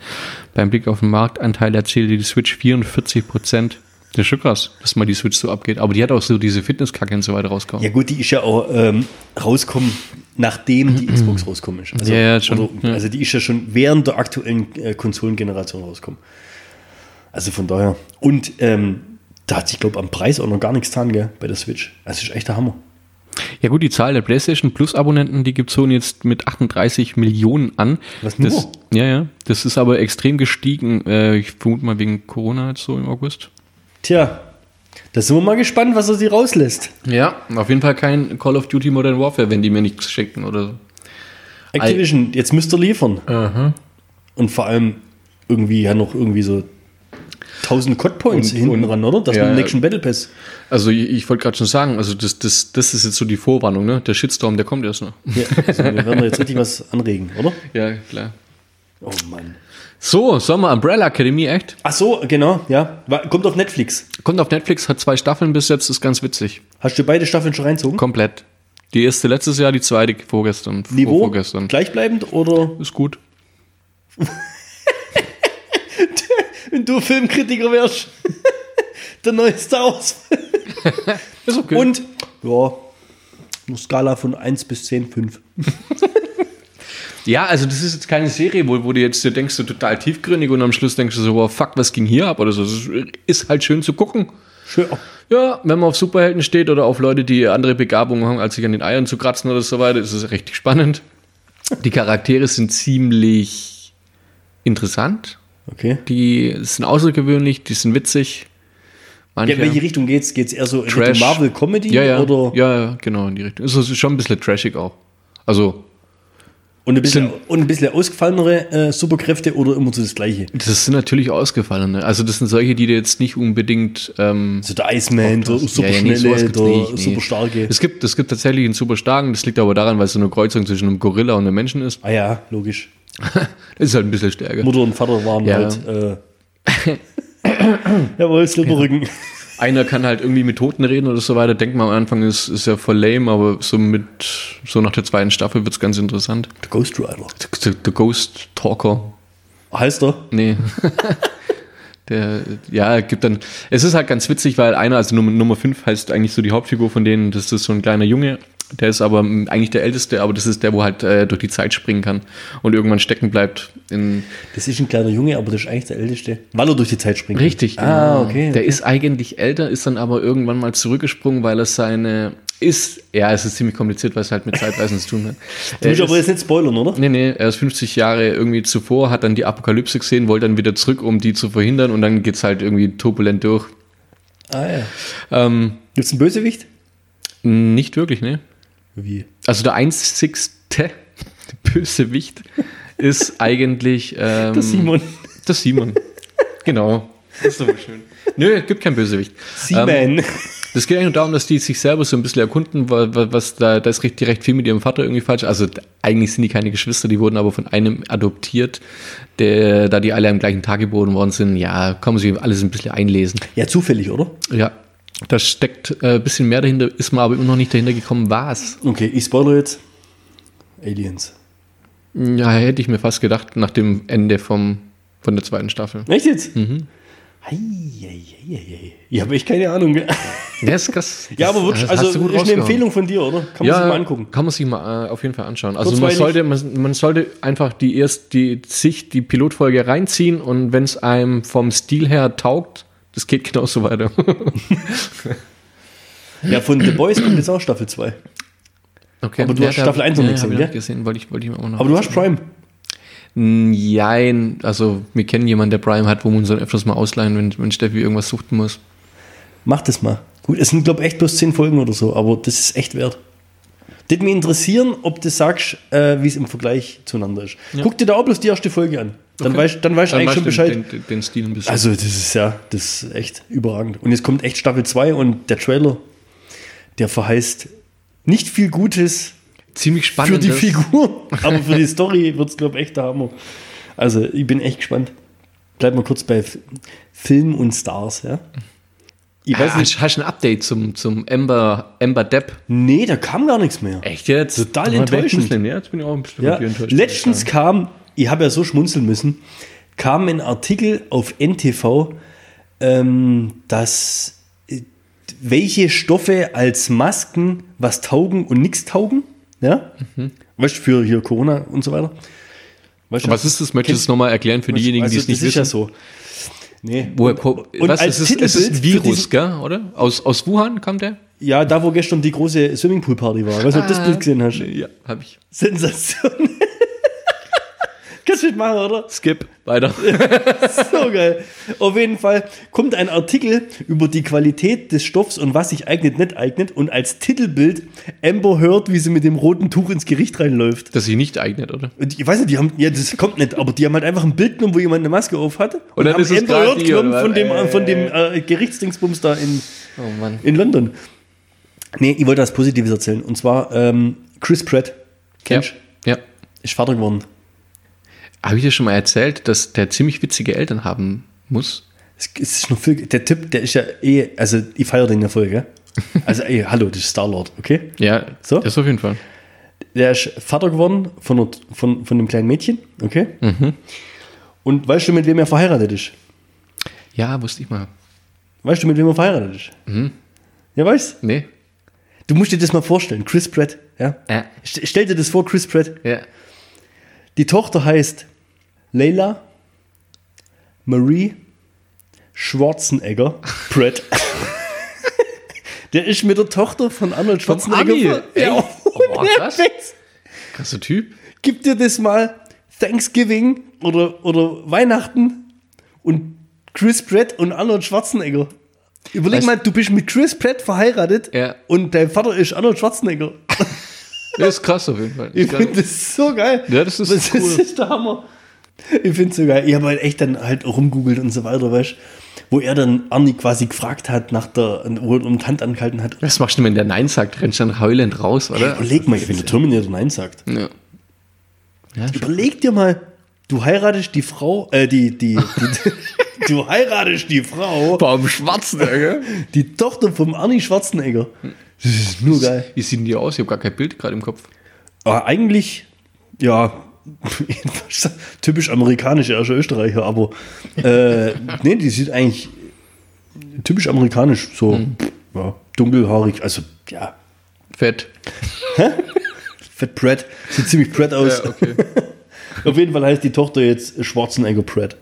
[SPEAKER 2] Beim Blick auf den Marktanteil erzählte die Switch 44 Prozent. Das ist schon krass, dass mal die Switch so abgeht. Aber die hat auch so diese Fitnesskacke und so weiter rausgekommen.
[SPEAKER 1] ja, gut, die ist ja auch ähm, rauskommen, nachdem die Xbox rauskommen ist. Also,
[SPEAKER 2] Mhm. Ja, ja, schon.
[SPEAKER 1] Oder, also, die ist ja schon während der aktuellen äh, Konsolengeneration rauskommen. Also von daher. Und ähm, da hat sich, glaube ich, am Preis auch noch gar nichts getan, gell, bei der Switch. Das ist echt der Hammer.
[SPEAKER 2] Ja gut, die Zahl der PlayStation Plus Abonnenten, die gibt Sony jetzt mit 38 Millionen an.
[SPEAKER 1] Was nur?
[SPEAKER 2] das, Ja, ja. Das ist aber extrem gestiegen. Äh, ich vermute mal wegen Corona jetzt so im August.
[SPEAKER 1] Tja, da sind wir mal gespannt, was er sie rauslässt.
[SPEAKER 2] Ja, auf jeden Fall kein Call of Duty Modern Warfare, wenn die mir nichts schenken oder so.
[SPEAKER 1] Activision, jetzt müsst ihr liefern. Und vor allem irgendwie ja noch irgendwie so 1000 Codpoints
[SPEAKER 2] Und-
[SPEAKER 1] hinten
[SPEAKER 2] und-
[SPEAKER 1] ran, oder? Das
[SPEAKER 2] ja,
[SPEAKER 1] ist ein
[SPEAKER 2] ja.
[SPEAKER 1] Action Battle Pass.
[SPEAKER 2] Also ich, ich wollte gerade schon sagen, also das, das, das ist jetzt so die Vorwarnung, ne? Der Shitstorm, der kommt erst noch.
[SPEAKER 1] Ja, also wir werden da jetzt richtig was anregen, oder?
[SPEAKER 2] Ja, klar.
[SPEAKER 1] Oh Mann.
[SPEAKER 2] So, Sommer Umbrella Academy, echt?
[SPEAKER 1] Ach so, genau, ja. Wa- Kommt auf Netflix.
[SPEAKER 2] Kommt auf Netflix, hat zwei Staffeln bis jetzt, ist ganz witzig.
[SPEAKER 1] Hast du beide Staffeln schon reinzogen?
[SPEAKER 2] Komplett. Die erste letztes Jahr, die zweite vorgestern. vor-
[SPEAKER 1] Niveau
[SPEAKER 2] Vorgestern.
[SPEAKER 1] gleichbleibend oder
[SPEAKER 2] Ist gut.
[SPEAKER 1] wenn du Filmkritiker wärst, der neue Star Wars.
[SPEAKER 2] Ist okay.
[SPEAKER 1] Und ja, eine Skala von 1 bis 10, 5.
[SPEAKER 2] Ja, also das ist jetzt keine Serie, wo, wo du jetzt dir denkst, du total tiefgründig und am Schluss denkst du so, wow, fuck, was ging hier ab oder so. Das ist- ist halt schön zu gucken.
[SPEAKER 1] Schön. oh,
[SPEAKER 2] Ja, wenn man auf Superhelden steht oder auf Leute, die andere Begabungen haben, als sich an den Eiern zu kratzen oder so weiter, ist es richtig spannend. Die Charaktere sind ziemlich interessant.
[SPEAKER 1] Okay.
[SPEAKER 2] Die sind außergewöhnlich, die sind witzig. Manche
[SPEAKER 1] Ja, in welche Richtung geht's? Geht's eher so in
[SPEAKER 2] Trash.
[SPEAKER 1] Richtung Marvel Comedy
[SPEAKER 2] ja, ja,
[SPEAKER 1] oder
[SPEAKER 2] ja, ja, genau in die Richtung. Es ist schon ein bisschen trashig auch. Also
[SPEAKER 1] und ein bisschen
[SPEAKER 2] Sind-
[SPEAKER 1] und ein bisschen ausgefallenere äh, Superkräfte oder immer so das gleiche?
[SPEAKER 2] Das sind natürlich ausgefallene. Also das sind solche, die du jetzt nicht unbedingt ähm,
[SPEAKER 1] Also der Iceman, der
[SPEAKER 2] nee,
[SPEAKER 1] superschnelle,
[SPEAKER 2] sowas gibt's
[SPEAKER 1] der
[SPEAKER 2] nicht, nee.
[SPEAKER 1] superstarke.
[SPEAKER 2] Es gibt, es gibt tatsächlich einen superstarken, das liegt aber daran, weil es so eine Kreuzung zwischen einem Gorilla und einem Menschen ist.
[SPEAKER 1] Ah ja, logisch.
[SPEAKER 2] Das ist halt ein bisschen stärker.
[SPEAKER 1] Mutter und Vater waren
[SPEAKER 2] Ja.
[SPEAKER 1] halt. Äh, Jawohl, Silberrücken.
[SPEAKER 2] Einer kann halt irgendwie mit Toten reden oder so weiter. Denkt man am Anfang, ist, ist ja voll lame, aber so mit so nach der zweiten Staffel wird's ganz interessant.
[SPEAKER 1] Der Ghost Rider.
[SPEAKER 2] The, the Ghost Talker.
[SPEAKER 1] Heißt er?
[SPEAKER 2] Nee. Der, ja, gibt dann. Es ist halt ganz witzig, weil einer, also Nummer, Nummer 5 heißt eigentlich so die Hauptfigur von denen, das ist so ein kleiner Junge, Der ist aber m, eigentlich der älteste, aber das ist der, wo halt äh, durch die Zeit springen kann und irgendwann stecken bleibt. In
[SPEAKER 1] Das ist ein kleiner Junge, aber das ist eigentlich der Älteste. Weil er durch die Zeit springt.
[SPEAKER 2] Richtig.
[SPEAKER 1] Ah,
[SPEAKER 2] genau.
[SPEAKER 1] okay.
[SPEAKER 2] Der ist eigentlich älter, ist dann aber irgendwann mal zurückgesprungen, weil er seine ist. Ja, es ist ziemlich kompliziert, weil es halt mit Zeitreisen zu tun hat.
[SPEAKER 1] Du
[SPEAKER 2] Er
[SPEAKER 1] musst aber
[SPEAKER 2] ist-
[SPEAKER 1] jetzt nicht spoilern, oder?
[SPEAKER 2] Nee, nee, er ist 50 Jahre irgendwie zuvor, hat dann die Apokalypse gesehen, wollte dann wieder zurück, um die zu verhindern und dann geht's halt irgendwie turbulent durch.
[SPEAKER 1] Ah ja.
[SPEAKER 2] Ähm,
[SPEAKER 1] Gibt es einen Bösewicht?
[SPEAKER 2] nicht wirklich, ne?
[SPEAKER 1] Wie?
[SPEAKER 2] Also der einzigste Bösewicht ist eigentlich ähm,
[SPEAKER 1] Der Simon.
[SPEAKER 2] Der Simon. genau. Das ist doch schön. Nö, gibt kein Bösewicht. Ähm,
[SPEAKER 1] Seaman.
[SPEAKER 2] Das geht eigentlich nur darum, dass die sich selber so ein bisschen erkunden, wa- wa- was da, da ist recht, die recht viel mit ihrem Vater irgendwie falsch. Also d- eigentlich sind die keine Geschwister, die wurden aber von einem adoptiert, der, da die alle am gleichen Tag geboren worden sind. Ja, kann man sich alles ein bisschen einlesen.
[SPEAKER 1] ja, zufällig, oder?
[SPEAKER 2] Ja, da steckt äh, ein bisschen mehr dahinter, ist man aber immer noch nicht dahinter gekommen, was.
[SPEAKER 1] Okay, ich spoilere jetzt. Aliens.
[SPEAKER 2] Ja, hätte ich mir fast gedacht, nach dem Ende vom, von der zweiten Staffel.
[SPEAKER 1] Echt jetzt? Mhm. Ich habe echt keine Ahnung. gell?
[SPEAKER 2] Ja, ist krass.
[SPEAKER 1] Ja, aber
[SPEAKER 2] Das
[SPEAKER 1] wirklich,
[SPEAKER 2] hast
[SPEAKER 1] also
[SPEAKER 2] du gut
[SPEAKER 1] ist eine
[SPEAKER 2] rausgehauen.
[SPEAKER 1] Empfehlung von dir, oder? Kann man sich mal angucken.
[SPEAKER 2] Kann man sich mal äh, auf jeden Fall anschauen. Also man
[SPEAKER 1] Kurzweilig.
[SPEAKER 2] sollte, man, man sollte einfach die erst die sich die Pilotfolge reinziehen und wenn es einem vom Stil her taugt, das geht genauso weiter.
[SPEAKER 1] Ja, von The Boys kommt jetzt auch Staffel 2.
[SPEAKER 2] Okay.
[SPEAKER 1] Aber du hast
[SPEAKER 2] da-
[SPEAKER 1] Staffel eins noch
[SPEAKER 2] ja,
[SPEAKER 1] nicht
[SPEAKER 2] hab
[SPEAKER 1] gesehen,
[SPEAKER 2] ich noch
[SPEAKER 1] gell?
[SPEAKER 2] gesehen, wollte ich, wollte ich mir auch noch.
[SPEAKER 1] Aber du hast Prime.
[SPEAKER 2] Nein, also wir kennen jemanden, der Prime hat, wo man so öfters mal ausleihen, wenn, wenn Steffi irgendwas suchten muss.
[SPEAKER 1] Mach das mal. Gut, es sind, glaube ich, echt bloß 10 Folgen oder so, aber das ist echt wert. Das mich interessieren, ob du sagst, äh, wie es im Vergleich zueinander ist. Guck dir da auch bloß die erste Folge an. Dann weißt dann weißt du
[SPEAKER 2] Dann
[SPEAKER 1] eigentlich
[SPEAKER 2] weißt
[SPEAKER 1] schon
[SPEAKER 2] du
[SPEAKER 1] Bescheid.
[SPEAKER 2] Den, den, den Stil ein bisschen.
[SPEAKER 1] Also, das ist ja, das ist echt überragend. Und jetzt kommt echt Staffel 2 und der Trailer, der verheißt nicht viel Gutes
[SPEAKER 2] Also, ziemlich
[SPEAKER 1] für
[SPEAKER 2] spannend.
[SPEAKER 1] die Figur, aber für die Story wird es, glaube ich, echt der Hammer. Also, ich bin echt gespannt. Bleiben wir kurz bei F Film und Stars, ja? Ich weiß
[SPEAKER 2] Ah,
[SPEAKER 1] nicht.
[SPEAKER 2] hast, hast du ein Update zum, zum Amber, Amber Depp?
[SPEAKER 1] Nee, da kam gar nichts mehr.
[SPEAKER 2] Echt jetzt?
[SPEAKER 1] Total
[SPEAKER 2] Wär ich ein
[SPEAKER 1] enttäuschend.
[SPEAKER 2] bisschen- Ja, jetzt bin ich auch ein bisschen
[SPEAKER 1] Ja,
[SPEAKER 2] wirklich enttäuscht.
[SPEAKER 1] letztens kam, ich habe ja so schmunzeln müssen, kam ein Artikel auf NTV, ähm, dass äh, welche Stoffe als Masken was taugen und nichts taugen. Ja?
[SPEAKER 2] Mhm.
[SPEAKER 1] Weißt du, für hier Corona und so weiter. Weißt du,
[SPEAKER 2] Was ist das? Möchtest du es nochmal erklären für diejenigen,
[SPEAKER 1] also,
[SPEAKER 2] die es nicht
[SPEAKER 1] das
[SPEAKER 2] wissen?
[SPEAKER 1] ist ja so. Nee.
[SPEAKER 2] Woher ko-
[SPEAKER 1] und
[SPEAKER 2] was
[SPEAKER 1] als
[SPEAKER 2] ist es? Es ist ein
[SPEAKER 1] Titelbild für
[SPEAKER 2] Virus,
[SPEAKER 1] diesen-
[SPEAKER 2] gell? Oder? Aus, aus Wuhan kam der?
[SPEAKER 1] Ja, da wo gestern die große Swimmingpool-Party war. Weißt du, ob du das Bild gesehen hast?
[SPEAKER 2] Ja, habe ich.
[SPEAKER 1] Sensation. Kannst du mitmachen, oder?
[SPEAKER 2] Skip, weiter.
[SPEAKER 1] So geil. Auf jeden Fall kommt ein Artikel über die Qualität des Stoffs und was sich eignet, nicht eignet. Und als Titelbild Amber hört, wie sie mit dem roten Tuch ins Gericht reinläuft.
[SPEAKER 2] Dass sich nicht eignet, oder?
[SPEAKER 1] Und ich weiß nicht, die haben, ja, das kommt nicht, aber die haben halt einfach ein Bild genommen, wo jemand eine Maske auf hat. Und,
[SPEAKER 2] dann
[SPEAKER 1] haben
[SPEAKER 2] ist es
[SPEAKER 1] Amber
[SPEAKER 2] grad
[SPEAKER 1] Heard
[SPEAKER 2] die,
[SPEAKER 1] genommen
[SPEAKER 2] oder was?
[SPEAKER 1] von dem,
[SPEAKER 2] Äh.
[SPEAKER 1] von dem äh, Gerichtsdingsbums da in,
[SPEAKER 2] Oh Mann.
[SPEAKER 1] in London. Nee, ich wollte was Positives erzählen. Und zwar ähm, Chris Pratt.
[SPEAKER 2] Ja.
[SPEAKER 1] Kennst du?
[SPEAKER 2] ja.
[SPEAKER 1] Ist Vater geworden.
[SPEAKER 2] Habe ich dir schon mal erzählt, dass der ziemlich witzige Eltern haben muss?
[SPEAKER 1] Es es ist noch viel, der Typ, der ist ja eh, also ich feiere den ja voll, gell? Also ey, hallo, das ist Star-Lord, okay?
[SPEAKER 2] Ja,
[SPEAKER 1] So?
[SPEAKER 2] das auf jeden Fall.
[SPEAKER 1] Der ist Vater geworden von, einer- von, von einem kleinen Mädchen, okay? Und weißt du, mit wem er verheiratet ist?
[SPEAKER 2] Ja, wusste ich mal.
[SPEAKER 1] Weißt du, mit wem er verheiratet ist? Ja, weißt
[SPEAKER 2] Nee?
[SPEAKER 1] du? musst dir das mal vorstellen, Chris Pratt, ja?
[SPEAKER 2] Ja.
[SPEAKER 1] St- Stell dir das vor, Chris Pratt.
[SPEAKER 2] Ja.
[SPEAKER 1] Die Tochter heißt Leila Marie Schwarzenegger Pratt. der ist mit der Tochter von Arnold
[SPEAKER 2] Vom Ami.
[SPEAKER 1] Schwarzenegger.
[SPEAKER 2] Echt?
[SPEAKER 1] Ja,
[SPEAKER 2] Oh, krass.
[SPEAKER 1] unterwegs.
[SPEAKER 2] Krasser Typ.
[SPEAKER 1] Gib dir das mal Thanksgiving oder, oder Weihnachten und Chris Pratt und Arnold Schwarzenegger. Überleg
[SPEAKER 2] Weißt-
[SPEAKER 1] mal, du bist mit Chris Pratt verheiratet
[SPEAKER 2] Ja.
[SPEAKER 1] und dein Vater ist Arnold Schwarzenegger.
[SPEAKER 2] Der ist krass auf jeden Fall.
[SPEAKER 1] Ich finde das so geil.
[SPEAKER 2] Ja, das ist
[SPEAKER 1] das
[SPEAKER 2] cool.
[SPEAKER 1] ist der Hammer. Ich finde es so geil. Ich habe halt echt dann halt rumgoogelt und so weiter, weißt du, wo er dann Arnie quasi gefragt hat, nach der, wo er um die Hand angehalten hat.
[SPEAKER 2] Was machst du denn, wenn der Nein sagt? Rennst du dann heulend raus, oder?
[SPEAKER 1] Überleg mal, wenn der Terminator Nein sagt.
[SPEAKER 2] Ja. Ja, schon.
[SPEAKER 1] Überleg dir mal, du heiratest die Frau, äh, die, die, die du heiratest die Frau,
[SPEAKER 2] Vom Schwarzenegger.
[SPEAKER 1] die Tochter vom Arnie Schwarzenegger. Das ist nur geil.
[SPEAKER 2] Wie sieht denn die aus? Ich habe gar kein Bild gerade im Kopf.
[SPEAKER 1] Aber eigentlich, ja, typisch amerikanisch, er ist ja Österreicher, aber äh, nee, die sieht eigentlich
[SPEAKER 2] Mhm.
[SPEAKER 1] typisch amerikanisch, so ja, dunkelhaarig, also ja,
[SPEAKER 2] Fett.
[SPEAKER 1] Fett Pratt. Sieht ziemlich Pratt aus.
[SPEAKER 2] Ja, okay.
[SPEAKER 1] Auf jeden Fall heißt die Tochter jetzt Schwarzenegger Pratt.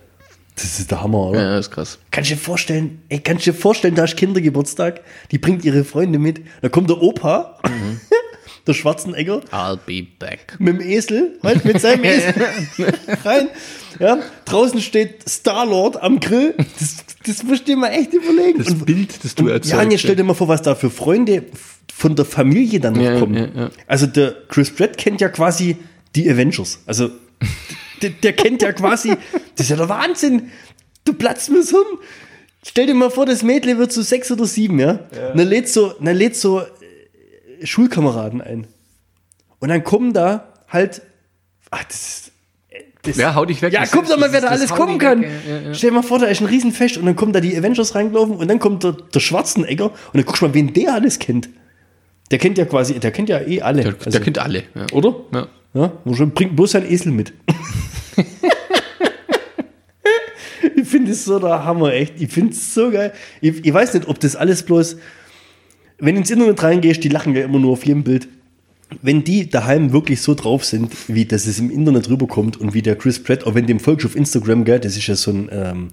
[SPEAKER 1] Das ist der Hammer, oder?
[SPEAKER 2] Ja, ist krass.
[SPEAKER 1] Kannst du dir vorstellen, ey, kannst du dir vorstellen, da ist Kindergeburtstag, die bringt ihre Freunde mit, da kommt der Opa,
[SPEAKER 2] Mhm.
[SPEAKER 1] der Schwarzenegger,
[SPEAKER 2] I'll be back.
[SPEAKER 1] mit dem Esel, halt mit seinem Esel rein. Ja, draußen steht Star-Lord am Grill. Das, das musst du dir mal echt überlegen.
[SPEAKER 2] Das Bild, das du
[SPEAKER 1] ja, und
[SPEAKER 2] erzeugst.
[SPEAKER 1] jetzt stell dir mal vor, was da für Freunde von der Familie dann noch
[SPEAKER 2] Ja,
[SPEAKER 1] kommen.
[SPEAKER 2] ja, ja.
[SPEAKER 1] Also der Chris Pratt kennt ja quasi die Avengers. Also der, der kennt ja quasi, das ist ja der Wahnsinn. Du platzt mir so um. Stell dir mal vor, das Mädel wird so sechs oder sieben, ja? Und dann lädt so, dann lädt so äh, Schulkameraden ein. Und dann kommen da halt, ach, das ist, das,
[SPEAKER 2] Ja, hau dich weg.
[SPEAKER 1] ja,
[SPEAKER 2] Das-
[SPEAKER 1] guck doch mal,
[SPEAKER 2] das-
[SPEAKER 1] wer da
[SPEAKER 2] das
[SPEAKER 1] alles
[SPEAKER 2] hau
[SPEAKER 1] kommen
[SPEAKER 2] dich weg,
[SPEAKER 1] kann.
[SPEAKER 2] ja, ja, ja.
[SPEAKER 1] Stell dir mal vor, da ist ein Riesenfest und dann kommen da die Avengers reingelaufen und dann kommt der, der Schwarzenegger und dann guckst du mal, wen der alles kennt. Der kennt ja quasi, der kennt ja eh alle.
[SPEAKER 2] Der,
[SPEAKER 1] Also,
[SPEAKER 2] der kennt alle. Ja.
[SPEAKER 1] oder?
[SPEAKER 2] Ja.
[SPEAKER 1] Ja, muss schon- bringt bloß seinen Esel mit. ich finde es so der Hammer, echt. Ich finde es so geil. Ich, ich weiß nicht, ob das alles bloß, wenn du ins Internet reingehst, die lachen ja immer nur auf jedem Bild. Wenn die daheim wirklich so drauf sind, wie das es im Internet rüberkommt und wie der Chris Pratt, auch wenn dem folgst du auf Instagram, gell, das ist ja so ein, ähm,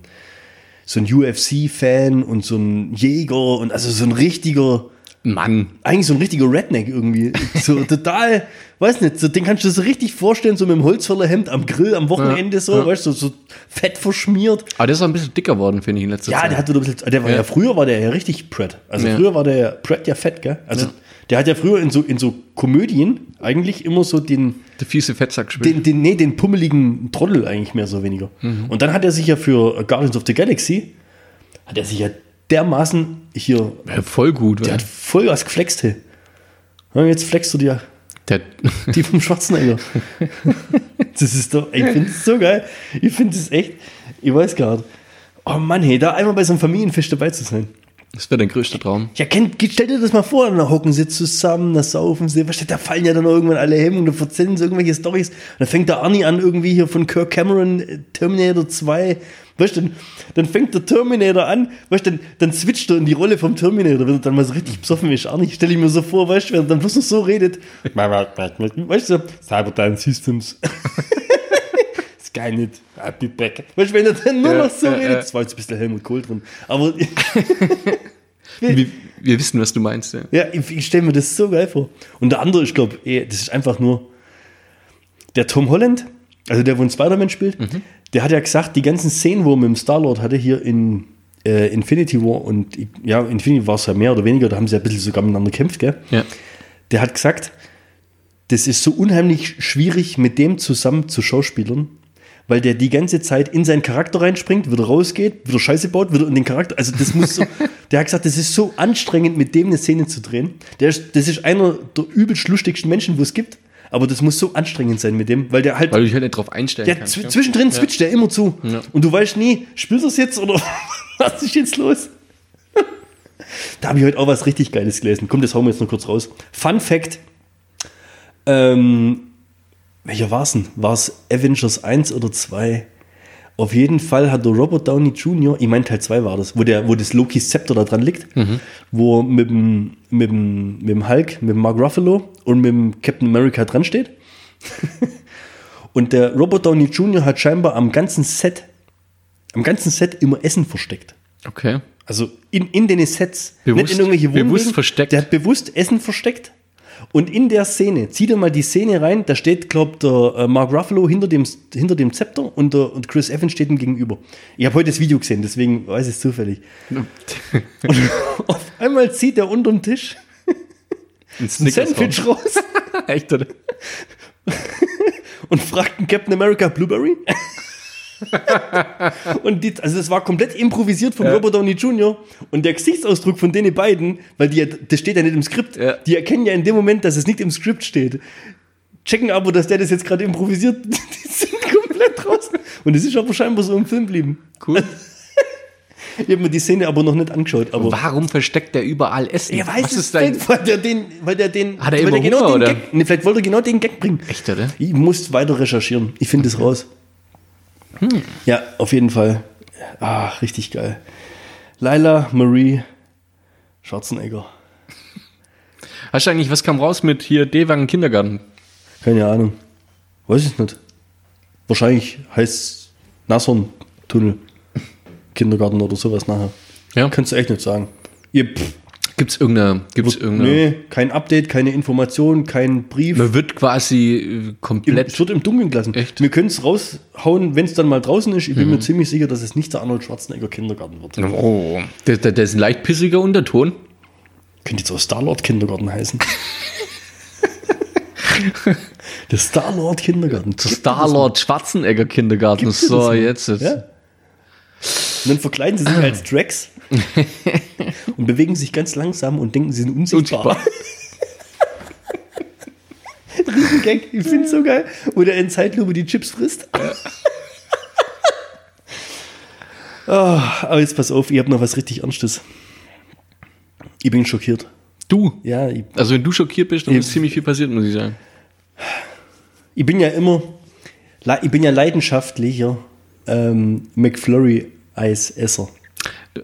[SPEAKER 1] so ein UFC-Fan und so ein Jäger und also so ein richtiger,
[SPEAKER 2] Mann.
[SPEAKER 1] eigentlich so ein richtiger Redneck irgendwie. So total, weiß nicht, so, den kannst du dir so richtig vorstellen, so mit dem Holzfällerhemd am Grill am Wochenende
[SPEAKER 2] Ja,
[SPEAKER 1] so,
[SPEAKER 2] ja.
[SPEAKER 1] weißt du, so fett verschmiert.
[SPEAKER 2] Aber der ist auch ein bisschen dicker worden, finde ich, in letzter
[SPEAKER 1] Ja,
[SPEAKER 2] Zeit.
[SPEAKER 1] der hat wieder ein bisschen, der war ja.
[SPEAKER 2] Ja.
[SPEAKER 1] früher war der ja richtig Pratt. Also
[SPEAKER 2] Ja.
[SPEAKER 1] früher war der ja Pratt ja fett, gell? Also
[SPEAKER 2] Ja.
[SPEAKER 1] der hat ja früher in so, in so Komödien eigentlich immer so den,
[SPEAKER 2] der fiese Fettsack gespielt.
[SPEAKER 1] den, den, nee, den pummeligen Trottel eigentlich mehr so weniger.
[SPEAKER 2] Mhm.
[SPEAKER 1] Und dann hat er sich ja für Guardians of the Galaxy, hat er sich ja dermaßen hier,
[SPEAKER 2] Ja, voll gut.
[SPEAKER 1] der
[SPEAKER 2] Der,
[SPEAKER 1] hat Vollgas geflext, hey. Ja, Jetzt flexst du dir
[SPEAKER 2] der,
[SPEAKER 1] Die vom Schwarzenegger. das ist doch, ich finde es so geil. Ich finde es echt, ich weiß gar nicht. Oh Mann, hey, da einmal bei so einem Familienfest dabei zu sein.
[SPEAKER 2] das wäre dein größter Traum.
[SPEAKER 1] Ja, kennt, stell dir das mal vor, dann hocken sie zusammen, das saufen sie, was da fallen ja dann irgendwann alle Hemmungen, dann erzählen sie irgendwelche Storys. Dann fängt der Arnie an, irgendwie hier von Kirk Cameron, äh, Terminator 2. Weißt du, dann, dann fängt der Terminator an, weißt du, dann, dann switcht er in die Rolle vom Terminator, wenn er dann mal so richtig besoffen ist. Arnie, stelle ich mir so vor, weißt du, wenn er dann bloß noch so redet. Weißt du, Cyberdyne Systems. Skynet, I'll be back. Weißt du, wenn er dann nur
[SPEAKER 2] Ja,
[SPEAKER 1] noch so
[SPEAKER 2] ja,
[SPEAKER 1] redet,
[SPEAKER 2] ja.
[SPEAKER 1] das war jetzt ein bisschen Helmut Kohl drin, aber
[SPEAKER 2] Wir, wir wissen, was du meinst. Ja.
[SPEAKER 1] ja, ich, ich stelle mir das so geil vor. Und der andere, ich glaube, das ist einfach nur der Tom Holland, also der, wo ein Spider-Man spielt, der hat ja gesagt, die ganzen Szenen, wo er mit dem Star-Lord hatte, hier in äh, Infinity War und ja, Infinity war es ja mehr oder weniger, da haben sie ja ein bisschen sogar miteinander gekämpft, gell?
[SPEAKER 2] Ja.
[SPEAKER 1] Der hat gesagt, das ist so unheimlich schwierig, mit dem zusammen zu schauspielern, weil der die ganze Zeit in seinen Charakter reinspringt, wieder rausgeht, wieder Scheiße baut, wieder in den Charakter. Also das muss so, der hat gesagt, das ist so anstrengend, mit dem eine Szene zu drehen. Der ist, das ist einer der übelst lustigsten Menschen, wo es gibt. Aber das muss so anstrengend sein mit dem, weil der halt
[SPEAKER 2] Weil du dich halt nicht drauf einstellen
[SPEAKER 1] der
[SPEAKER 2] kannst.
[SPEAKER 1] zw-
[SPEAKER 2] ja.
[SPEAKER 1] zwischendrin switcht der immer zu.
[SPEAKER 2] Ja.
[SPEAKER 1] Und du weißt nie, spielt das jetzt oder was ist jetzt los? da habe ich heute auch was richtig Geiles gelesen. Komm, das hauen wir jetzt noch kurz raus. Fun Fact: ähm, Welcher war es denn? War es Avengers 1 oder 2? Auf jeden Fall hat der Robert Downey Jr., ich meine Teil 2 war das, wo, der, wo das Loki's Zepter da dran liegt,
[SPEAKER 2] Mhm.
[SPEAKER 1] wo mit dem, mit, dem, mit dem Hulk, mit dem Mark Ruffalo und mit dem Captain America dran steht. Und der Robert Downey Jr. hat scheinbar am ganzen Set, am ganzen Set immer Essen versteckt.
[SPEAKER 2] Okay.
[SPEAKER 1] Also in, in den Sets,
[SPEAKER 2] Bewusst-
[SPEAKER 1] nicht in irgendwelche Wohnungen.
[SPEAKER 2] bewusst versteckt.
[SPEAKER 1] Der hat bewusst Essen versteckt. Und in der Szene, zieh dir mal die Szene rein, da steht, glaubt der äh, Mark Ruffalo hinter dem, hinter dem Zepter und, der, und Chris Evans steht ihm gegenüber. Ich habe heute das Video gesehen, deswegen weiß ich es zufällig. Und auf einmal zieht er unterm Tisch
[SPEAKER 2] Ein
[SPEAKER 1] ein
[SPEAKER 2] Snickers
[SPEAKER 1] Sandwich raus
[SPEAKER 2] raus. Echt, oder?
[SPEAKER 1] und fragt einen Captain America Blueberry. und die, also es war komplett improvisiert von Robert Downey Jr. Und der Gesichtsausdruck von denen beiden, weil die ja, das steht ja nicht im Skript,
[SPEAKER 2] Ja.
[SPEAKER 1] die erkennen ja in dem Moment, dass es nicht im Skript steht. Checken aber, dass der das jetzt gerade improvisiert. Die sind komplett raus. Und es ist aber scheinbar so im Film geblieben.
[SPEAKER 2] Cool.
[SPEAKER 1] Ich habe mir die Szene aber noch nicht angeschaut. Aber
[SPEAKER 2] Warum versteckt der überall Essen?
[SPEAKER 1] er weiß
[SPEAKER 2] Was
[SPEAKER 1] es
[SPEAKER 2] ist dein...
[SPEAKER 1] nicht, weil der den, weil der den,
[SPEAKER 2] Hat
[SPEAKER 1] weil
[SPEAKER 2] er
[SPEAKER 1] der
[SPEAKER 2] immer
[SPEAKER 1] genau
[SPEAKER 2] Hunger,
[SPEAKER 1] den
[SPEAKER 2] oder?
[SPEAKER 1] Gag, nee, vielleicht wollte er genau den Gag bringen.
[SPEAKER 2] Echt, oder?
[SPEAKER 1] Ich muss weiter recherchieren. Ich finde es raus.
[SPEAKER 2] Hm.
[SPEAKER 1] Ja, auf jeden Fall. Ah, richtig geil. Laila Marie Schwarzenegger.
[SPEAKER 2] Hast du eigentlich, was kam raus mit hier D-Wagen Kindergarten?
[SPEAKER 1] Keine Ahnung. Weiß ich nicht. Wahrscheinlich heißt es Nashorn-Tunnel. Kindergarten oder sowas nachher.
[SPEAKER 2] Ja.
[SPEAKER 1] Kannst du echt nicht sagen. Ihr, pff,
[SPEAKER 2] Gibt's irgendeine, gibt's irgendeine.
[SPEAKER 1] nee, kein Update, keine Information, kein Brief.
[SPEAKER 2] Man wird quasi äh,
[SPEAKER 1] Im,
[SPEAKER 2] komplett.
[SPEAKER 1] es wird im Dunkeln gelassen.
[SPEAKER 2] Echt? Mhm.
[SPEAKER 1] Wir können es raushauen, wenn es dann mal draußen ist. Ich bin mir ziemlich sicher, dass es nicht der Arnold Schwarzenegger Kindergarten wird.
[SPEAKER 2] Oh, der, der, der ist ein leicht pissiger Unterton.
[SPEAKER 1] Könnte jetzt auch Star-Lord Kindergarten heißen. der Star-Lord Kindergarten.
[SPEAKER 2] Der Star-Lord Schwarzenegger Kindergarten.
[SPEAKER 1] Gibt es das
[SPEAKER 2] so,
[SPEAKER 1] noch?
[SPEAKER 2] jetzt ist.
[SPEAKER 1] Ja. Und dann verkleiden sie sich als Drax und bewegen sich ganz langsam und denken, sie sind unsichtbar.
[SPEAKER 2] Unsichtbar.
[SPEAKER 1] Gag, ich finde so geil, wo der in Zeitlupe die Chips frisst. Ah, aber jetzt pass auf, ihr habt noch was richtig Ernstes. Ich bin schockiert.
[SPEAKER 2] Du.
[SPEAKER 1] Ja, ich,
[SPEAKER 2] Also, wenn du schockiert bist, dann ist ziemlich viel passiert, muss ich sagen.
[SPEAKER 1] ich bin ja immer, le- ich bin ja leidenschaftlicher ähm, McFlurry-Eisesser.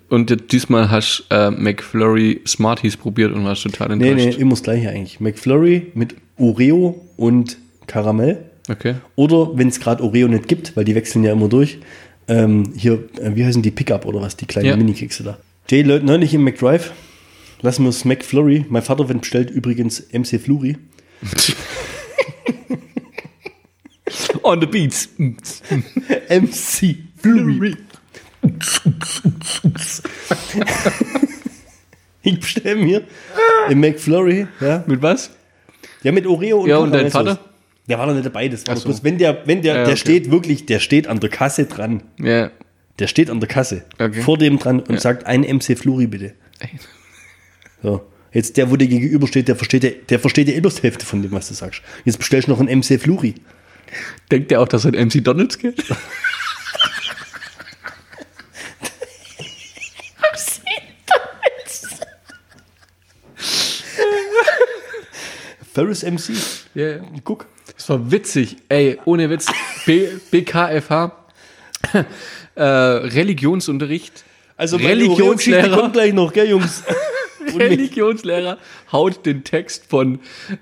[SPEAKER 2] Und jetzt diesmal hast du äh, McFlurry Smarties probiert und warst total
[SPEAKER 1] Nee, nee,
[SPEAKER 2] enttäuscht.
[SPEAKER 1] immer das gleiche eigentlich. McFlurry mit Oreo und Karamell.
[SPEAKER 2] Okay.
[SPEAKER 1] Oder wenn es gerade Oreo nicht gibt, weil die wechseln ja immer durch, ähm, hier, äh, wie heißen die Pickup oder was, die kleinen
[SPEAKER 2] Ja.
[SPEAKER 1] Minikekse da. Die Leute neulich im McDrive, lassen wir uns McFlurry. Mein Vater wenn bestellt übrigens MC Flurry.
[SPEAKER 2] On the beats.
[SPEAKER 1] MC Flurry. ich bestelle mir im McFlurry, ja.
[SPEAKER 2] Mit was?
[SPEAKER 1] Ja, mit Oreo und
[SPEAKER 2] Ja, und dein
[SPEAKER 1] Karamellsauce.
[SPEAKER 2] Vater?
[SPEAKER 1] Der war doch nicht dabei, das war
[SPEAKER 2] Ach
[SPEAKER 1] doch
[SPEAKER 2] so.
[SPEAKER 1] bloß, wenn der, wenn der,
[SPEAKER 2] Ja,
[SPEAKER 1] der
[SPEAKER 2] okay.
[SPEAKER 1] steht wirklich, der steht an der Kasse dran.
[SPEAKER 2] Ja.
[SPEAKER 1] Der steht an der Kasse.
[SPEAKER 2] Okay.
[SPEAKER 1] Vor dem dran und sagt, ein MC Fluri bitte. So. Jetzt der, wo dir gegenübersteht, der versteht, ja- der versteht ja immer die Hälfte von dem, was du sagst. Jetzt bestellst du noch ein MC Fluri.
[SPEAKER 2] Denkt der auch, dass er ein MC Donalds geht?
[SPEAKER 1] Ferris MC.
[SPEAKER 2] Ja, ja.
[SPEAKER 1] Guck.
[SPEAKER 2] Das war witzig, ey, ohne Witz. B, BKFH, äh, Religionsunterricht.
[SPEAKER 1] Also meine Oreo-Geschichte
[SPEAKER 2] Religionslehrer,
[SPEAKER 1] kommt gleich noch, gell, Jungs? Und mich.
[SPEAKER 2] Religionslehrer haut den Text von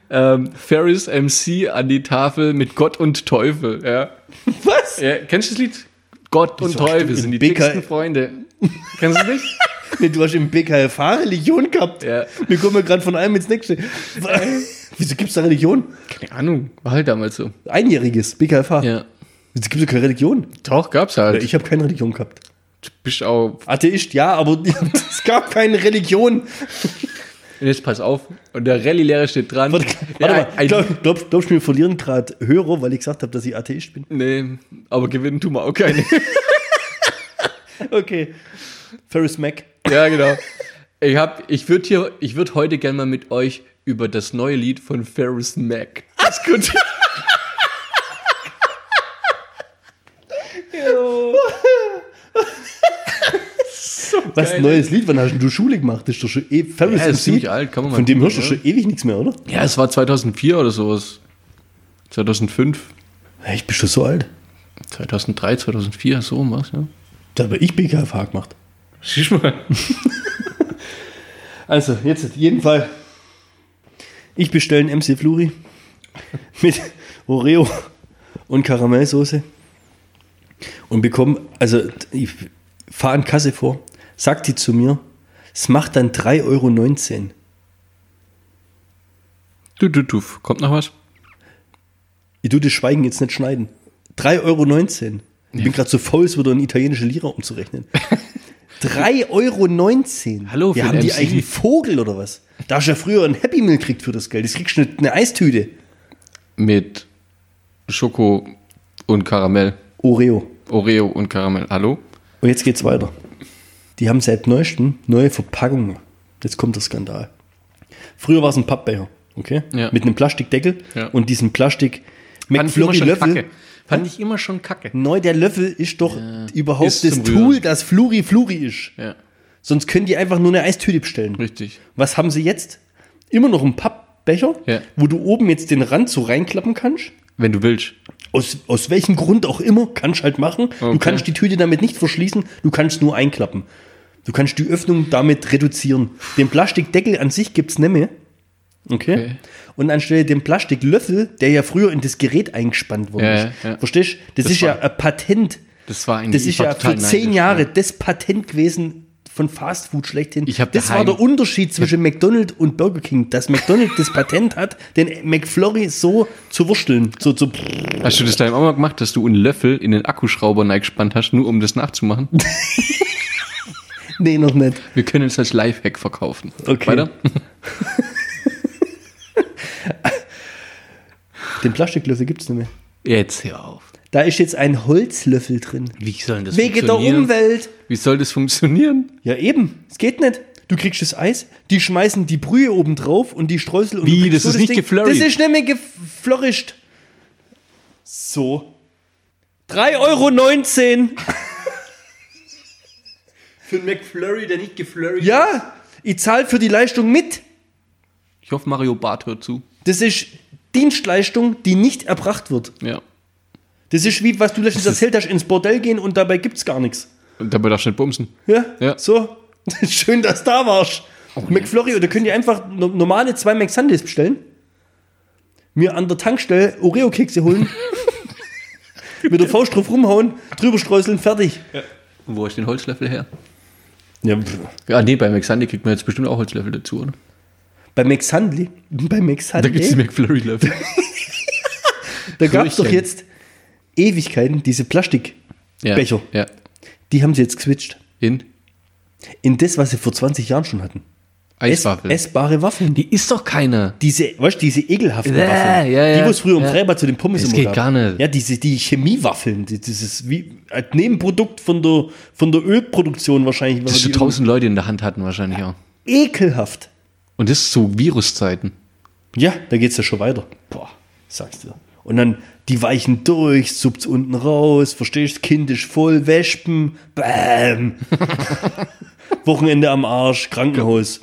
[SPEAKER 2] ähm, Ferris MC an die Tafel mit Gott und Teufel. Ja.
[SPEAKER 1] Was?
[SPEAKER 2] Ja, kennst du das Lied? Gott und
[SPEAKER 1] Wieso hast
[SPEAKER 2] Teufel
[SPEAKER 1] du
[SPEAKER 2] sind
[SPEAKER 1] im
[SPEAKER 2] die
[SPEAKER 1] BK
[SPEAKER 2] dicksten Freunde. Kennst du nicht?
[SPEAKER 1] Nee, du hast im BKFH Religion gehabt.
[SPEAKER 2] Ja.
[SPEAKER 1] Wir kommen ja gerade von einem ins nächste. Wieso gibt's da Religion?
[SPEAKER 2] Keine Ahnung, war halt damals so.
[SPEAKER 1] Einjähriges, BKFH.
[SPEAKER 2] Ja.
[SPEAKER 1] Wieso gibt's ja keine Religion?
[SPEAKER 2] Doch, gab's halt.
[SPEAKER 1] Ich habe keine Religion gehabt.
[SPEAKER 2] Du bist auch
[SPEAKER 1] Atheist, ja, aber es gab keine Religion.
[SPEAKER 2] Und jetzt pass auf. Und der Rallye-Lehrer steht dran.
[SPEAKER 1] Warte,
[SPEAKER 2] Ja,
[SPEAKER 1] warte mal,
[SPEAKER 2] ein-
[SPEAKER 1] glaub, glaub, glaubst du, wir verlieren gerade Hörer, weil ich gesagt habe, dass ich Atheist bin?
[SPEAKER 2] nee, aber gewinnen tun wir auch keine.
[SPEAKER 1] Okay. Ferris Mac.
[SPEAKER 2] ja, genau. Ich, hab- ich würde hier, ich würde heute gerne mal mit euch über das neue Lied von Ferris Mac diskutieren.
[SPEAKER 1] Was
[SPEAKER 2] geil.
[SPEAKER 1] ein neues Lied? Wann hast denn du Schule gemacht? Das ist doch schon e Ferris
[SPEAKER 2] Ja, das ist
[SPEAKER 1] MC.
[SPEAKER 2] ziemlich alt, kann man mal
[SPEAKER 1] Von dem
[SPEAKER 2] gucken,
[SPEAKER 1] hörst du
[SPEAKER 2] oder?
[SPEAKER 1] schon ewig nichts mehr, oder?
[SPEAKER 2] ja, es war 2004 oder sowas. 2005,
[SPEAKER 1] Ja, ich bin schon so alt.
[SPEAKER 2] 2003, 2004, so um was, ja.
[SPEAKER 1] Da habe ich BKFH gemacht.
[SPEAKER 2] Schieß mal.
[SPEAKER 1] Also, jetzt, jeden Fall. Ich bestelle einen MC Fluri mit Oreo und Karamellsoße und bekomme, also ich fahre an Kasse vor, sagt die zu mir, es macht dann 3,19 Euro.
[SPEAKER 2] Du, du, du, kommt noch was?
[SPEAKER 1] Ich tue das Schweigen jetzt nicht schneiden. 3,19 Euro. Ich bin gerade so faul, es würde in italienische Lira umzurechnen. 3,19 Euro.
[SPEAKER 2] Hallo,
[SPEAKER 1] Wir
[SPEAKER 2] für
[SPEAKER 1] haben die
[SPEAKER 2] MC.
[SPEAKER 1] eigentlich einen Vogel oder was? Da hast du ja früher ein Happy Meal kriegt für das Geld. Das kriegst du eine, eine Eistüte.
[SPEAKER 2] Mit Schoko und Karamell.
[SPEAKER 1] Oreo.
[SPEAKER 2] Oreo und Karamell. Hallo?
[SPEAKER 1] Und jetzt geht's weiter. Die haben seit neuestem neue Verpackungen. Jetzt kommt der Skandal. Früher war es ein Pappbecher, okay?
[SPEAKER 2] Ja.
[SPEAKER 1] Mit einem Plastikdeckel
[SPEAKER 2] Ja.
[SPEAKER 1] und diesem Plastik
[SPEAKER 2] Fand ich immer
[SPEAKER 1] McFlurry
[SPEAKER 2] schon
[SPEAKER 1] Löffel.
[SPEAKER 2] kacke. Fand ich immer schon kacke.
[SPEAKER 1] Neu, der Löffel ist doch überhaupt
[SPEAKER 2] Ist
[SPEAKER 1] das
[SPEAKER 2] zum Rühren.
[SPEAKER 1] Tool, das Fluri Fluri ist.
[SPEAKER 2] Ja,
[SPEAKER 1] Sonst können die einfach nur eine Eistüte bestellen.
[SPEAKER 2] richtig.
[SPEAKER 1] Was haben sie jetzt? Immer noch einen Pappbecher,
[SPEAKER 2] Ja.
[SPEAKER 1] wo du oben jetzt den Rand so reinklappen kannst.
[SPEAKER 2] Wenn du willst.
[SPEAKER 1] Aus, aus welchem Grund auch immer, kannst halt machen.
[SPEAKER 2] Okay.
[SPEAKER 1] Du kannst die Tüte damit nicht verschließen, du kannst nur einklappen. Du kannst die Öffnung damit reduzieren. Den Plastikdeckel an sich gibt es nicht mehr. Okay.
[SPEAKER 2] Okay.
[SPEAKER 1] Und anstelle dem Plastiklöffel, der ja früher in das Gerät eingespannt wurde.
[SPEAKER 2] Ja, ja, ja.
[SPEAKER 1] Verstehst du? Das,
[SPEAKER 2] Das
[SPEAKER 1] ist ja
[SPEAKER 2] war-
[SPEAKER 1] ein Patent.
[SPEAKER 2] Das war eigentlich
[SPEAKER 1] Das ist
[SPEAKER 2] ich war
[SPEAKER 1] ja
[SPEAKER 2] total
[SPEAKER 1] für zehn
[SPEAKER 2] neidisch,
[SPEAKER 1] Jahre
[SPEAKER 2] ja.
[SPEAKER 1] das Patent gewesen von Fast Food schlechthin.
[SPEAKER 2] Ich hab
[SPEAKER 1] das war
[SPEAKER 2] daheim-
[SPEAKER 1] der Unterschied zwischen McDonald's und Burger King, dass McDonald's das Patent hat, den McFlurry so zu wursteln, so zu
[SPEAKER 2] Hast du das daheim auch mal gemacht, dass du einen Löffel in den Akkuschrauber eingespannt hast, nur um das nachzumachen?
[SPEAKER 1] Nee, noch nicht.
[SPEAKER 2] Wir können es als Lifehack verkaufen.
[SPEAKER 1] Okay.
[SPEAKER 2] Weiter?
[SPEAKER 1] Den Plastiklöffel gibt's nicht mehr.
[SPEAKER 2] Jetzt hör auf.
[SPEAKER 1] Da ist jetzt ein Holzlöffel drin.
[SPEAKER 2] Wie soll das
[SPEAKER 1] Wegen der Umwelt.
[SPEAKER 2] Wie soll das funktionieren?
[SPEAKER 1] Ja, eben. Es geht nicht. Du kriegst das Eis, die schmeißen die Brühe oben drauf und die Streusel. Und
[SPEAKER 2] Wie?
[SPEAKER 1] du kriegst
[SPEAKER 2] Das ist nicht geflurried.
[SPEAKER 1] Das ist nicht mehr geflourished. So. 3,19 Euro.
[SPEAKER 2] Für einen McFlurry, der nicht geflurry Ja.
[SPEAKER 1] Ja, ich zahle für die Leistung mit.
[SPEAKER 2] Ich hoffe, Mario Barth hört zu.
[SPEAKER 1] Das ist Dienstleistung, die nicht erbracht wird.
[SPEAKER 2] Ja.
[SPEAKER 1] Das ist wie, was du letztens erzählt hast, ins Bordell gehen und dabei gibt's gar nichts.
[SPEAKER 2] Und dabei darfst du nicht bumsen.
[SPEAKER 1] Ja,
[SPEAKER 2] Ja. Oh,
[SPEAKER 1] so. Schön, dass du da warst. McFlurry, oder könnt ihr einfach no- normale zwei McSundays bestellen? Mir an der Tankstelle Oreo-Kekse holen. mit der Faust drauf rumhauen, drüber streuseln, fertig.
[SPEAKER 2] Und wo ist den Holzlöffel her?
[SPEAKER 1] Ja.
[SPEAKER 2] Ja, nee, bei McSunday kriegt man jetzt bestimmt auch Holzlöffel dazu, oder?
[SPEAKER 1] Bei McSunday, bei
[SPEAKER 2] Da gibt es
[SPEAKER 1] McSunday,
[SPEAKER 2] die McFlurry-Löffel.
[SPEAKER 1] da gab es doch
[SPEAKER 2] Brötchen.
[SPEAKER 1] jetzt Ewigkeiten, diese Plastikbecher.
[SPEAKER 2] ja. Ja.
[SPEAKER 1] Die haben sie jetzt geswitcht.
[SPEAKER 2] In
[SPEAKER 1] In das, was sie vor 20 Jahren schon hatten. Ess-
[SPEAKER 2] Eiswaffel.
[SPEAKER 1] Essbare Waffeln.
[SPEAKER 2] Die ist doch keine.
[SPEAKER 1] diese, weißt du, diese ekelhaften
[SPEAKER 2] Ja,
[SPEAKER 1] Waffeln,
[SPEAKER 2] ja, ja,
[SPEAKER 1] die, wo es früher im
[SPEAKER 2] ja.
[SPEAKER 1] Freibad zu den Pommes
[SPEAKER 2] Das geht gar nicht.
[SPEAKER 1] Ja, diese, die Chemiewaffeln, die- das ist wie ein Nebenprodukt von der, von der Ölproduktion wahrscheinlich.
[SPEAKER 2] Das
[SPEAKER 1] weil
[SPEAKER 2] so
[SPEAKER 1] die
[SPEAKER 2] tausend Leute in der Hand hatten wahrscheinlich auch.
[SPEAKER 1] ekelhaft.
[SPEAKER 2] Und das zu Viruszeiten.
[SPEAKER 1] Ja, da geht's ja schon weiter. Boah, sagst du. Und dann, die weichen durch, subt's unten raus, verstehst, Kind ist voll, Wespen, bam. Wochenende am Arsch, Krankenhaus.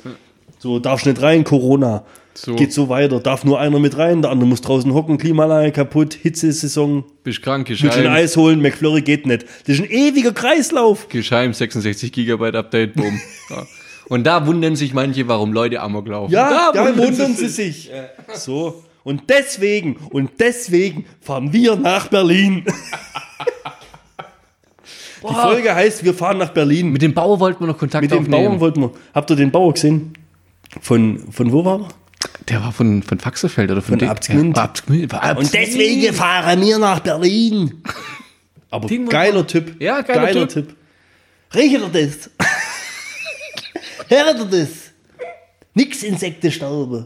[SPEAKER 1] So, darfst nicht rein, Corona.
[SPEAKER 2] So.
[SPEAKER 1] Geht so weiter, darf nur einer mit rein, der andere muss draußen hocken, Klimaanlage kaputt, Hitzesaison,
[SPEAKER 2] Bist krank,
[SPEAKER 1] willst du ein
[SPEAKER 2] gescheit.
[SPEAKER 1] Eis holen, McFlurry geht nicht. Das ist ein ewiger Kreislauf.
[SPEAKER 2] Geschheim 66 Gigabyte Update, boom. ja. Und da wundern sich manche, warum Leute Amok laufen.
[SPEAKER 1] Ja, da wundern sie sich. So. Und deswegen, und deswegen fahren wir nach Berlin. Die Folge heißt, wir fahren nach Berlin. Mit,
[SPEAKER 2] Mit dem Bauer wollten wir noch Kontakt
[SPEAKER 1] dem
[SPEAKER 2] aufnehmen.
[SPEAKER 1] Bauern wollten wir. Habt ihr den Bauer gesehen? Von, von wo war
[SPEAKER 2] Der war von, von Faxefeld oder von,
[SPEAKER 1] Von
[SPEAKER 2] dem-
[SPEAKER 1] Abtsgmünd.
[SPEAKER 2] Ja, Abtsgmünd. war
[SPEAKER 1] er? Und
[SPEAKER 2] Abtsgmünd.
[SPEAKER 1] deswegen fahren wir nach Berlin. Aber
[SPEAKER 2] Den wollen
[SPEAKER 1] geiler Typ.
[SPEAKER 2] Ja, geiler
[SPEAKER 1] Typ. Riecht ihr das? Hört ihr das? Nix Insekten sterben.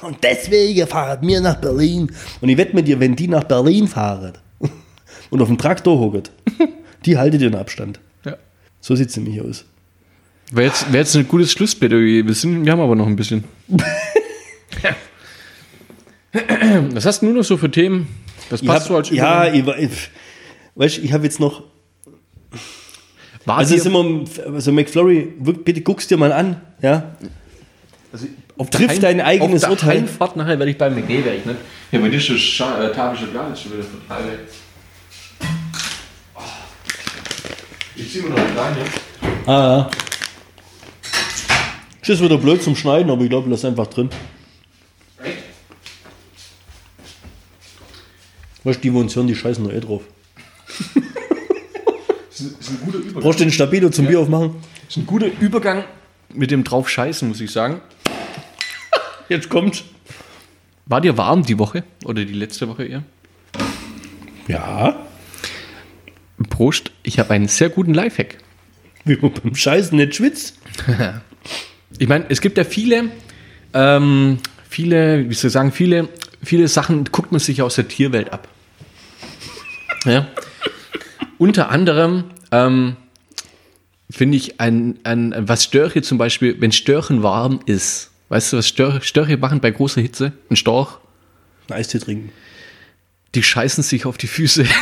[SPEAKER 1] Und deswegen fahren wir nach Berlin. Und ich wette mit dir, wenn die nach Berlin fahren und auf dem Traktor hocken, die haltet ihren Abstand.
[SPEAKER 2] Ja.
[SPEAKER 1] So sieht es nämlich aus.
[SPEAKER 2] Wäre jetzt, wär jetzt ein gutes Schlussbett. Wir, sind, wir haben aber noch ein bisschen. Was hast du nur noch so für Themen? Das
[SPEAKER 1] Ich
[SPEAKER 2] passt
[SPEAKER 1] hab-
[SPEAKER 2] so als Übergang.
[SPEAKER 1] ja, ich, wa- ich, weißt, du, ich habe jetzt noch
[SPEAKER 2] War
[SPEAKER 1] Also
[SPEAKER 2] dir-
[SPEAKER 1] ist immer, also McFlurry, wirk- bitte guck's dir mal an, ja.
[SPEAKER 2] auf
[SPEAKER 1] trifft
[SPEAKER 2] Heim-
[SPEAKER 1] dein eigenes
[SPEAKER 2] auf der
[SPEAKER 1] Urteil.
[SPEAKER 2] Heimfahrt nachher werde ich beim McDay wäre ich nicht. Ja, mein Tisch ist scha- äh, Tafel Schokolade ist schon wieder total weg. Oh. Ich ziehe mir noch einen rein, ja?
[SPEAKER 1] Ah, ja. Ist jetzt wieder blöd zum Schneiden, aber ich glaube, lass einfach drin.
[SPEAKER 2] Echt?
[SPEAKER 1] Weißt du, die, die uns hören, die scheißen da eh drauf.
[SPEAKER 2] Ist ein, ist ein guter Übergang.
[SPEAKER 1] Brauchst du den Stabilo zum Bier aufmachen?
[SPEAKER 2] Ist ein guter Übergang mit dem drauf scheißen, muss ich sagen.
[SPEAKER 1] Jetzt kommt's.
[SPEAKER 2] War dir warm die Woche oder die letzte Woche eher?
[SPEAKER 1] Ja,
[SPEAKER 2] Prost, ich habe einen sehr guten Lifehack.
[SPEAKER 1] wie man beim Scheißen nicht schwitzt.
[SPEAKER 2] Ich meine, es gibt ja viele, ähm, viele, wie soll ich sagen, viele, viele Sachen guckt man sich aus der Tierwelt ab. Ja. Unter anderem ähm, finde ich ein, ein, ein- was Störche zum Beispiel, wenn Störchen warm ist. Weißt du, was Störche, Störche machen bei großer Hitze? Ein Storch,
[SPEAKER 1] Einen Eistee trinken.
[SPEAKER 2] die scheißen sich auf die Füße.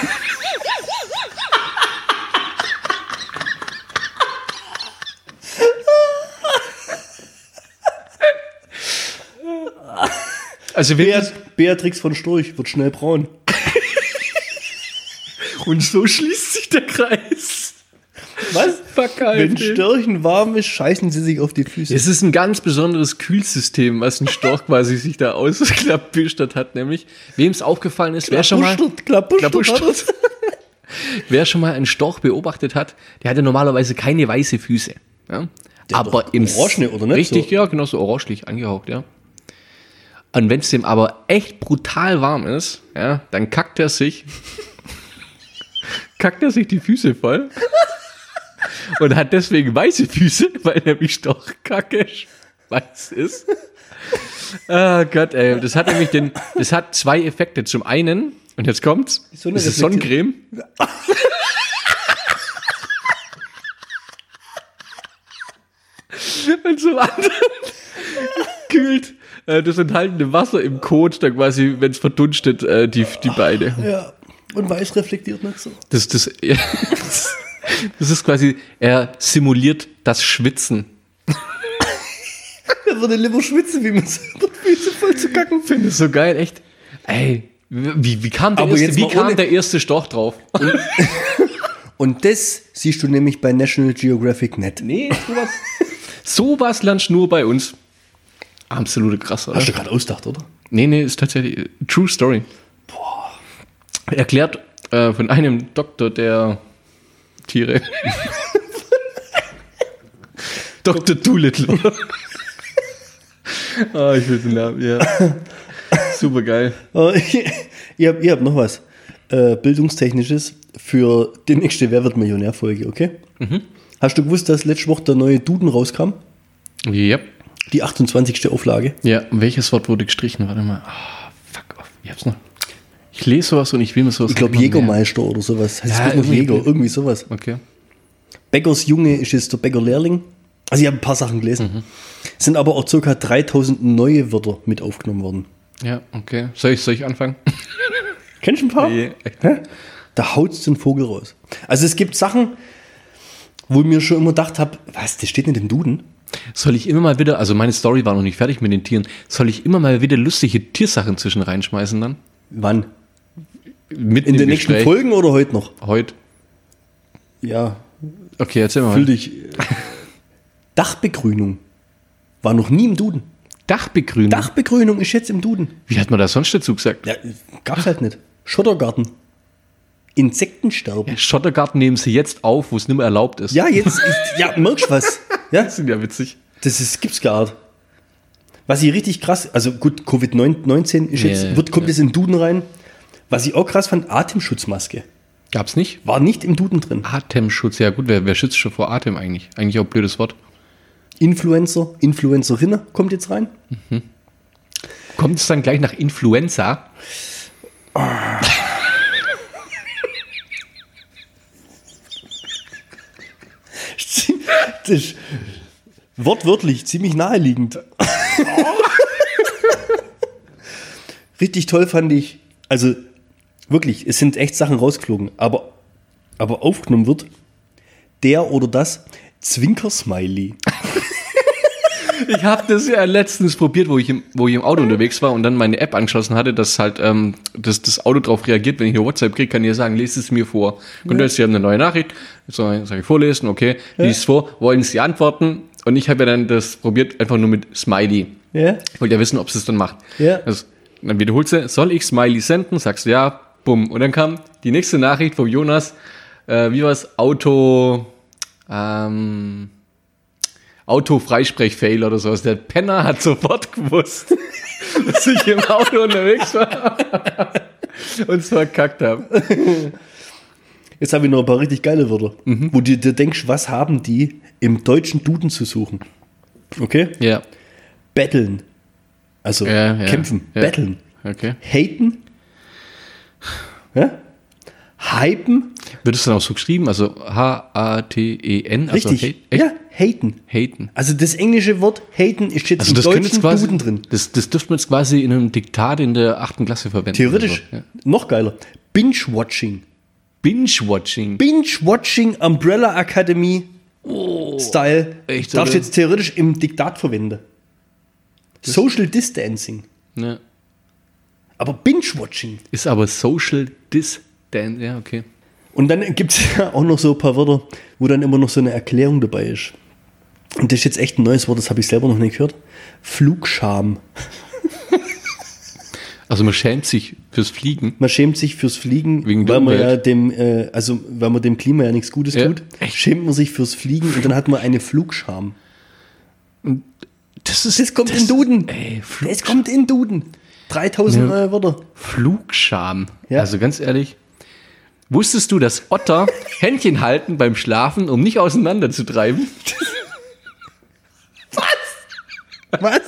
[SPEAKER 2] Also
[SPEAKER 1] Beat, Beatrix von Storch wird schnell braun.
[SPEAKER 2] und so schließt sich der Kreis.
[SPEAKER 1] Was?
[SPEAKER 2] Fuck,
[SPEAKER 1] Wenn Störchen warm ist, scheißen sie sich auf die Füße.
[SPEAKER 2] Es ist ein ganz besonderes Kühlsystem, was ein Storch quasi sich da ausklappbüstert hat, nämlich, wem es aufgefallen ist, wer schon mal,
[SPEAKER 1] Klappustert.
[SPEAKER 2] Klappustert. wer schon mal einen Storch beobachtet hat, der hatte normalerweise keine weiße Füße. Ja?
[SPEAKER 1] doch orangene, oder nicht?
[SPEAKER 2] Richtig,
[SPEAKER 1] So.
[SPEAKER 2] ja, genau so orangelich angehaucht, ja. Und wenn es dem aber echt brutal warm ist, ja, dann kackt er sich, kackt er sich die Füße voll und hat deswegen weiße Füße, weil nämlich Storchkacke weiß ist. Ah Gott, ey, das hat nämlich den, das hat zwei Effekte. Zum einen, und jetzt kommt's,
[SPEAKER 1] Sonne
[SPEAKER 2] das ist
[SPEAKER 1] reflektiert-
[SPEAKER 2] Sonnencreme. und zum anderen kühlt äh, das enthaltene Wasser im Kot dann quasi, wenn es verdunstet, äh, die, die Beine.
[SPEAKER 1] Ja. Und weiß reflektiert nicht so.
[SPEAKER 2] Das, das, das ist quasi, er simuliert das Schwitzen.
[SPEAKER 1] Da würde lieber schwitzen, wie man die Füße voll zu kacken findet.
[SPEAKER 2] Das ist so geil, echt. Ey, wie, wie kam, der
[SPEAKER 1] Aber
[SPEAKER 2] erste,
[SPEAKER 1] jetzt
[SPEAKER 2] wie
[SPEAKER 1] mal ohne-
[SPEAKER 2] kam der erste Storch drauf?
[SPEAKER 1] Und das siehst du nämlich bei National Geographic nicht.
[SPEAKER 2] Nee, sowas. sowas lernst du nur bei uns. Absolute krass, oder?
[SPEAKER 1] du gerade ausgedacht, oder?
[SPEAKER 2] Nee, nee, ist tatsächlich äh, True Story. Boah. Erklärt äh, von einem Doktor der Tiere. Dr. Doolittle. Ah, ich will den Namen, ja. Super geil.
[SPEAKER 1] Äh, ihr, habt, ihr habt noch was. Äh, Bildungstechnisches für die nächste Wer wird Millionär-Folge, okay? Hast du gewusst, dass letzte Woche der neue Duden rauskam?
[SPEAKER 2] Yep.
[SPEAKER 1] Die 28. Auflage.
[SPEAKER 2] Ja, welches Wort wurde gestrichen? Warte mal. Ah, fuck off. Ich hab's noch. Ich lese sowas und ich will mir sowas.
[SPEAKER 1] Ich glaube
[SPEAKER 2] immer merken.
[SPEAKER 1] Jägermeister oder sowas. Heißt
[SPEAKER 2] Ja,
[SPEAKER 1] ja, irgendwie,
[SPEAKER 2] irgendwie-
[SPEAKER 1] Jäger, irgendwie sowas.
[SPEAKER 2] Okay.
[SPEAKER 1] Bäckers Junge ist jetzt der Bäckerlehrling. Also ich habe ein paar Sachen gelesen. Es Sind aber auch ca. 3000 neue Wörter mit aufgenommen worden.
[SPEAKER 2] Ja, okay. Soll ich, soll ich anfangen?
[SPEAKER 1] Kennst du ein paar?
[SPEAKER 2] Nee.
[SPEAKER 1] Hä? Da haut's den Vogel raus. Also es gibt Sachen, wo ich mir schon immer gedacht habe, was, das steht in dem Duden?
[SPEAKER 2] Soll ich immer mal wieder, also meine Story war noch nicht fertig mit den Tieren, soll ich immer mal wieder lustige Tiersachen zwischen reinschmeißen dann?
[SPEAKER 1] Wann?
[SPEAKER 2] Mit
[SPEAKER 1] In den nächsten Folgen oder heute noch?
[SPEAKER 2] Heute.
[SPEAKER 1] Ja,
[SPEAKER 2] Okay, erzähl mal.
[SPEAKER 1] fühl dich. äh, Dachbegrünung war noch nie im Duden.
[SPEAKER 2] Dachbegrünung.
[SPEAKER 1] Dachbegrünung ist jetzt im Duden.
[SPEAKER 2] Wie hat man das sonst dazu gesagt?
[SPEAKER 1] Ja, gab's halt nicht. Schottergarten. Insektensterben.
[SPEAKER 2] Schottergarten nehmen sie jetzt auf, wo es nicht mehr erlaubt ist.
[SPEAKER 1] Ja, jetzt, ist, ja, merkst du was? Ja,
[SPEAKER 2] Das sind ja witzig.
[SPEAKER 1] das ist, gibt's gar nicht. Was ich richtig krass, also gut, Covid-19 ist jetzt,
[SPEAKER 2] Ja,
[SPEAKER 1] wird, kommt jetzt in den Duden rein. Was ich auch krass fand, Atemschutzmaske.
[SPEAKER 2] Gab's nicht?
[SPEAKER 1] War nicht im Duden drin.
[SPEAKER 2] Atemschutz, ja gut, wer, wer schützt schon vor Atem eigentlich? Eigentlich auch ein blödes Wort.
[SPEAKER 1] Influencer, Influencerin kommt jetzt rein.
[SPEAKER 2] Kommt es dann gleich nach Influenza?
[SPEAKER 1] Das ist wortwörtlich ziemlich naheliegend. Richtig toll fand ich, also wirklich, es sind echt Sachen rausgeflogen, aber, aber aufgenommen wird der oder das Zwinker-Smiley.
[SPEAKER 2] Ich habe das ja letztens probiert, wo ich, im, wo ich im Auto unterwegs war und dann meine App angeschlossen hatte, dass halt ähm, dass das Auto drauf reagiert. Wenn ich eine WhatsApp kriege, kann ich ja sagen, lest es mir vor. Und jetzt, Sie haben eine neue Nachricht, sage ich vorlesen, okay, lies vor, wollen Sie antworten? Und ich habe ja dann das probiert, einfach nur mit Smiley.
[SPEAKER 1] Ja?
[SPEAKER 2] Wollte ja wissen, ob sie es dann macht.
[SPEAKER 1] Ja.
[SPEAKER 2] Also, dann wiederholst du, soll ich Smiley senden? Sagst du ja, bumm. Und dann kam die nächste Nachricht vom Jonas, äh, wie war's? Auto, ähm, Auto-Freisprech-Fail oder sowas. Der Penner hat sofort gewusst, dass ich im Auto unterwegs war und es verkackt habe.
[SPEAKER 1] Jetzt habe ich noch ein paar richtig geile Wörter,
[SPEAKER 2] Mhm.
[SPEAKER 1] wo du dir denkst, was haben die im deutschen Duden zu suchen? Okay?
[SPEAKER 2] Ja.
[SPEAKER 1] Betteln. Also
[SPEAKER 2] Ja, ja,
[SPEAKER 1] kämpfen,
[SPEAKER 2] ja.
[SPEAKER 1] betteln.
[SPEAKER 2] Okay.
[SPEAKER 1] Haten. Ja? Hypen.
[SPEAKER 2] Wird es dann auch so geschrieben? Also H-A-T-E-N? Also
[SPEAKER 1] Richtig.
[SPEAKER 2] hate, echt?
[SPEAKER 1] ja, haten.
[SPEAKER 2] Haten.
[SPEAKER 1] Also das englische Wort haten ist jetzt
[SPEAKER 2] Also
[SPEAKER 1] im
[SPEAKER 2] das könnte
[SPEAKER 1] deutschen
[SPEAKER 2] jetzt quasi,
[SPEAKER 1] Duden drin.
[SPEAKER 2] Das, das dürfte man jetzt quasi in einem Diktat in der achten Klasse verwenden.
[SPEAKER 1] Theoretisch.
[SPEAKER 2] Also, ja.
[SPEAKER 1] Noch geiler. Binge-Watching.
[SPEAKER 2] Binge-Watching.
[SPEAKER 1] Binge-Watching Umbrella Academy Style.
[SPEAKER 2] echt,
[SPEAKER 1] Darfst du
[SPEAKER 2] oder?
[SPEAKER 1] jetzt theoretisch im Diktat verwenden. Social Distancing.
[SPEAKER 2] Ne?
[SPEAKER 1] Aber Binge-Watching.
[SPEAKER 2] Ist aber Social Distance. Ja, okay.
[SPEAKER 1] Und dann gibt es ja auch noch so ein paar Wörter, wo dann immer noch so eine Erklärung dabei ist. Und das ist jetzt echt ein neues Wort, das habe ich selber noch nicht gehört. Flugscham.
[SPEAKER 2] Also man schämt sich fürs Fliegen.
[SPEAKER 1] Man schämt sich fürs Fliegen,
[SPEAKER 2] Wegen
[SPEAKER 1] weil man ja
[SPEAKER 2] Dummheit.
[SPEAKER 1] dem, äh, also weil man dem Klima ja nichts Gutes
[SPEAKER 2] Ja,
[SPEAKER 1] tut, schämt man sich fürs Fliegen und dann hat man eine Flugscham.
[SPEAKER 2] Das ist
[SPEAKER 1] Das kommt in Duden.
[SPEAKER 2] Ey, Fl
[SPEAKER 1] Es kommt in Duden. 3000
[SPEAKER 2] Ja.
[SPEAKER 1] neue Wörter.
[SPEAKER 2] Flugscham.
[SPEAKER 1] Ja.
[SPEAKER 2] Also ganz ehrlich, wusstest du, dass Otter Händchen halten beim Schlafen, um nicht auseinanderzutreiben?
[SPEAKER 1] Was?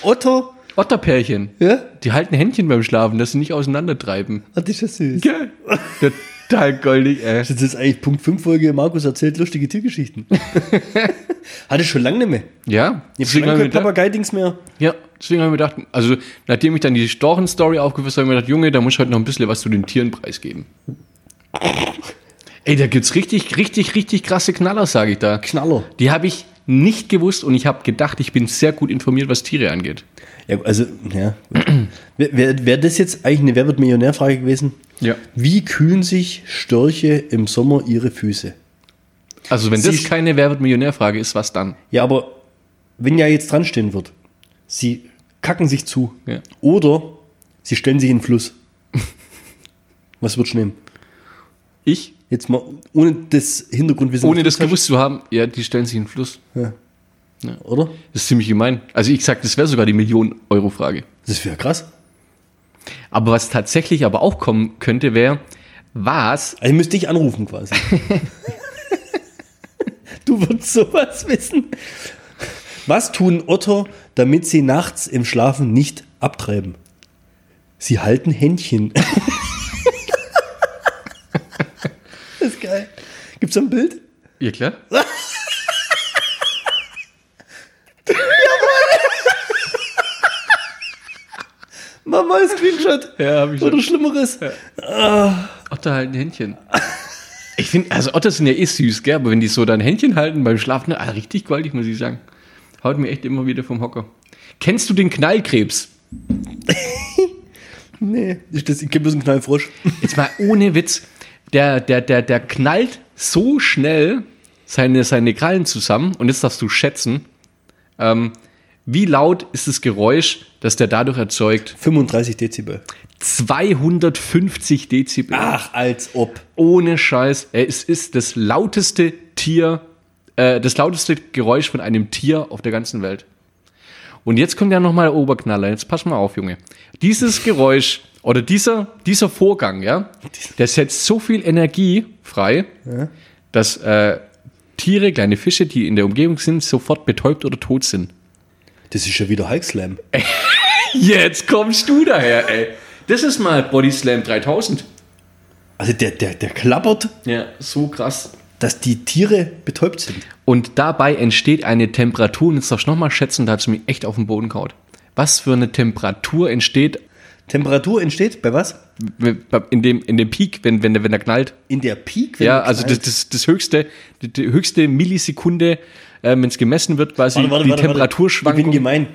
[SPEAKER 1] Otto?
[SPEAKER 2] Otterpärchen,
[SPEAKER 1] Ja?
[SPEAKER 2] die halten Händchen beim Schlafen, dass sie nicht auseinandertreiben.
[SPEAKER 1] Ach, Ah, das ist ja süß.
[SPEAKER 2] Gell? Total goldig, ey.
[SPEAKER 1] Das ist eigentlich Punkt 5 Folge. Markus erzählt lustige Tiergeschichten. Hatte ich schon lange nicht mehr.
[SPEAKER 2] Ja,
[SPEAKER 1] Ich habe schon
[SPEAKER 2] deswegen
[SPEAKER 1] lange kein
[SPEAKER 2] haben wir gedacht,
[SPEAKER 1] Papagei-Dings mehr.
[SPEAKER 2] ja, deswegen haben wir gedacht, also nachdem ich dann die Storchen-Story aufgefasst habe, habe ich mir gedacht, Junge, da muss ich heute noch ein bisschen was zu den Tieren preisgeben. Ey, da gibt's richtig, richtig, richtig krasse Knaller, sage ich da.
[SPEAKER 1] Knaller.
[SPEAKER 2] Die habe ich nicht gewusst und ich habe gedacht, ich bin sehr gut informiert, was Tiere angeht.
[SPEAKER 1] Ja, also, ja. Wäre wär das jetzt eigentlich eine Wer wird Millionär-Frage gewesen?
[SPEAKER 2] Ja.
[SPEAKER 1] Wie kühlen sich Störche im Sommer ihre Füße?
[SPEAKER 2] Also wenn
[SPEAKER 1] Sie-
[SPEAKER 2] das keine Wer wird Millionär-Frage ist, was dann?
[SPEAKER 1] Ja, aber wenn ja jetzt dran stehen wird, sie kacken sich zu.
[SPEAKER 2] Ja.
[SPEAKER 1] Oder sie stellen sich in den Fluss. Was würdest du nehmen?
[SPEAKER 2] Ich?
[SPEAKER 1] Jetzt mal ohne das Hintergrundwissen.
[SPEAKER 2] Ohne das gewusst zu haben, ja, die stellen sich in den Fluss.
[SPEAKER 1] Oder?
[SPEAKER 2] Das ist ziemlich gemein. Also ich sag, das wäre sogar die Millionen-Euro-Frage.
[SPEAKER 1] Das wäre krass.
[SPEAKER 2] Aber was tatsächlich aber auch kommen könnte, wäre, was?
[SPEAKER 1] Also müsste ich anrufen quasi. du würdest sowas wissen. Was tun Otter, damit sie nachts im Schlafen nicht abtreiben? Sie halten Händchen. das ist geil. Gibt's da ein Bild?
[SPEAKER 2] Ja, klar.
[SPEAKER 1] Mach mal ein Screenshot.
[SPEAKER 2] Ja, hab ich
[SPEAKER 1] Oder
[SPEAKER 2] schon.
[SPEAKER 1] Schlimmeres.
[SPEAKER 2] Otter halten Händchen. Ich finde, also Otter sind ja eh süß, gell? Aber wenn die so dein Händchen halten beim Schlafen, ah, richtig goldig, muss ich sagen. Haut mir echt immer wieder vom Hocker. Kennst du den Knallkrebs?
[SPEAKER 1] Nee, ich, das, ich gebe ein Knallfrosch.
[SPEAKER 2] Jetzt mal ohne Witz. Der, der, der, der knallt so schnell seine, seine Krallen zusammen. Und jetzt darfst du schätzen, ähm, wie laut ist das Geräusch, das der dadurch erzeugt?
[SPEAKER 1] 35 Dezibel.
[SPEAKER 2] 250 Dezibel.
[SPEAKER 1] Ach, als ob.
[SPEAKER 2] Ohne Scheiß. Ey, Es ist das lauteste Tier, äh, das lauteste Geräusch von einem Tier auf der ganzen Welt. Und jetzt kommt ja nochmal der Oberknaller. Jetzt pass mal auf, Junge. Dieses Geräusch oder dieser, dieser Vorgang, ja, der setzt so viel Energie frei, dass äh, Tiere, kleine Fische, die in der Umgebung sind, sofort betäubt oder tot sind.
[SPEAKER 1] Das ist ja wieder Hulk Slam.
[SPEAKER 2] Jetzt kommst du daher, ey. Das ist mal Body Slam 3000.
[SPEAKER 1] Also der, der, der klappert,
[SPEAKER 2] Ja, so krass.
[SPEAKER 1] dass die Tiere betäubt sind.
[SPEAKER 2] Und dabei entsteht eine Temperatur, und jetzt darfst du nochmal schätzen, da hat es mich echt auf den Boden kaut. Was für eine Temperatur entsteht
[SPEAKER 1] Temperatur entsteht bei was?
[SPEAKER 2] in dem, in dem Peak, wenn, wenn, der, wenn der knallt?
[SPEAKER 1] In der Peak?
[SPEAKER 2] ja, also das, das, das höchste, die, die höchste Millisekunde, äh, wenn es gemessen wird, quasi die
[SPEAKER 1] Ich bin
[SPEAKER 2] Temperaturschwankung.
[SPEAKER 1] gemein.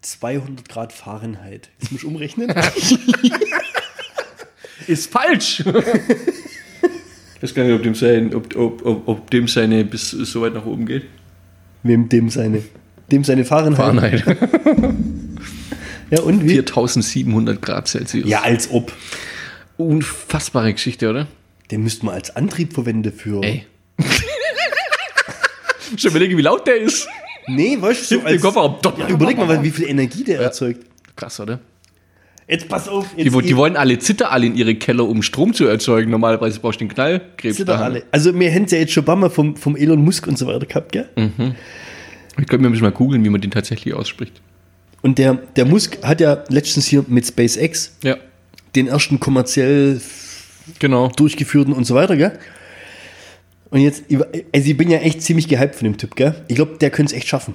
[SPEAKER 1] 200 Grad Fahrenheit. Jetzt muss ich umrechnen.
[SPEAKER 2] Ist falsch! Ich weiß gar nicht, ob dem, sein, ob, ob, ob, ob dem seine bis so weit nach oben geht.
[SPEAKER 1] Wem dem seine? Dem seine Fahrenheit.
[SPEAKER 2] Fahrenheit.
[SPEAKER 1] Ja, und wie?
[SPEAKER 2] 4700 Grad Celsius.
[SPEAKER 1] Ja, als ob.
[SPEAKER 2] Unfassbare Geschichte, oder?
[SPEAKER 1] Den müssten wir als Antrieb verwenden für.
[SPEAKER 2] Ey. Schon überlege, wie laut der ist.
[SPEAKER 1] Nee, weißt du, so
[SPEAKER 2] Hinten
[SPEAKER 1] als,
[SPEAKER 2] im Kofferraum. Dopp.
[SPEAKER 1] ja, Überleg mal, wie viel Energie der erzeugt.
[SPEAKER 2] Krass, oder?
[SPEAKER 1] Jetzt pass auf. Jetzt
[SPEAKER 2] Die, wo- die
[SPEAKER 1] ihr-
[SPEAKER 2] wollen alle Zitter alle in ihre Keller, um Strom zu erzeugen. Normalerweise brauchst du den Knallkrebs.
[SPEAKER 1] Zitter
[SPEAKER 2] daheim.
[SPEAKER 1] alle. Also, mir hätten ja jetzt schon Bammer vom, vom Elon Musk und so weiter gehabt, gell?
[SPEAKER 2] Mhm. Ich könnte mir mal googeln, wie man den tatsächlich ausspricht.
[SPEAKER 1] Und der, der Musk hat ja letztens hier mit SpaceX
[SPEAKER 2] Ja,
[SPEAKER 1] den ersten kommerziell
[SPEAKER 2] genau.
[SPEAKER 1] durchgeführten und so weiter, gell? Und jetzt, also ich bin ja echt ziemlich gehypt von dem Typ, gell? Ich glaube, der könnte es echt schaffen.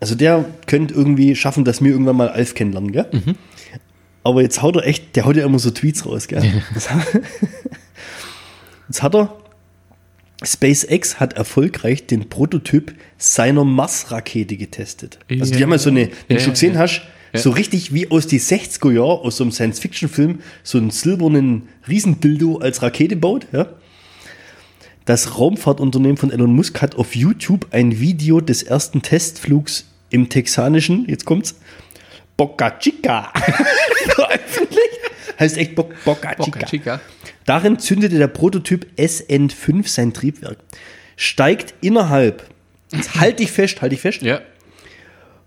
[SPEAKER 1] Also der könnte irgendwie schaffen, dass wir irgendwann mal Alf kennenlernen, gell? Aber jetzt haut er echt, der haut ja immer so Tweets raus, gell? Das hat- Jetzt hat er, SpaceX hat erfolgreich den Prototyp seiner Mars-Rakete getestet. Also die
[SPEAKER 2] Ja.
[SPEAKER 1] haben ja so eine, wenn
[SPEAKER 2] Ja,
[SPEAKER 1] du
[SPEAKER 2] ja,
[SPEAKER 1] schon gesehen hast, So richtig wie aus die 60er Jahren, aus so einem Science-Fiction-Film, so einen silbernen Riesendildo als Rakete baut. Ja? Das Raumfahrtunternehmen von Elon Musk hat auf YouTube ein Video des ersten Testflugs im texanischen, jetzt kommt's, Boca Chica veröffentlicht. heißt echt Bo Boca Chica.
[SPEAKER 2] Boca Chica.
[SPEAKER 1] Darin zündete der Prototyp SN5 sein Triebwerk. Steigt innerhalb, jetzt halt dich fest, halt dich fest,
[SPEAKER 2] Ja.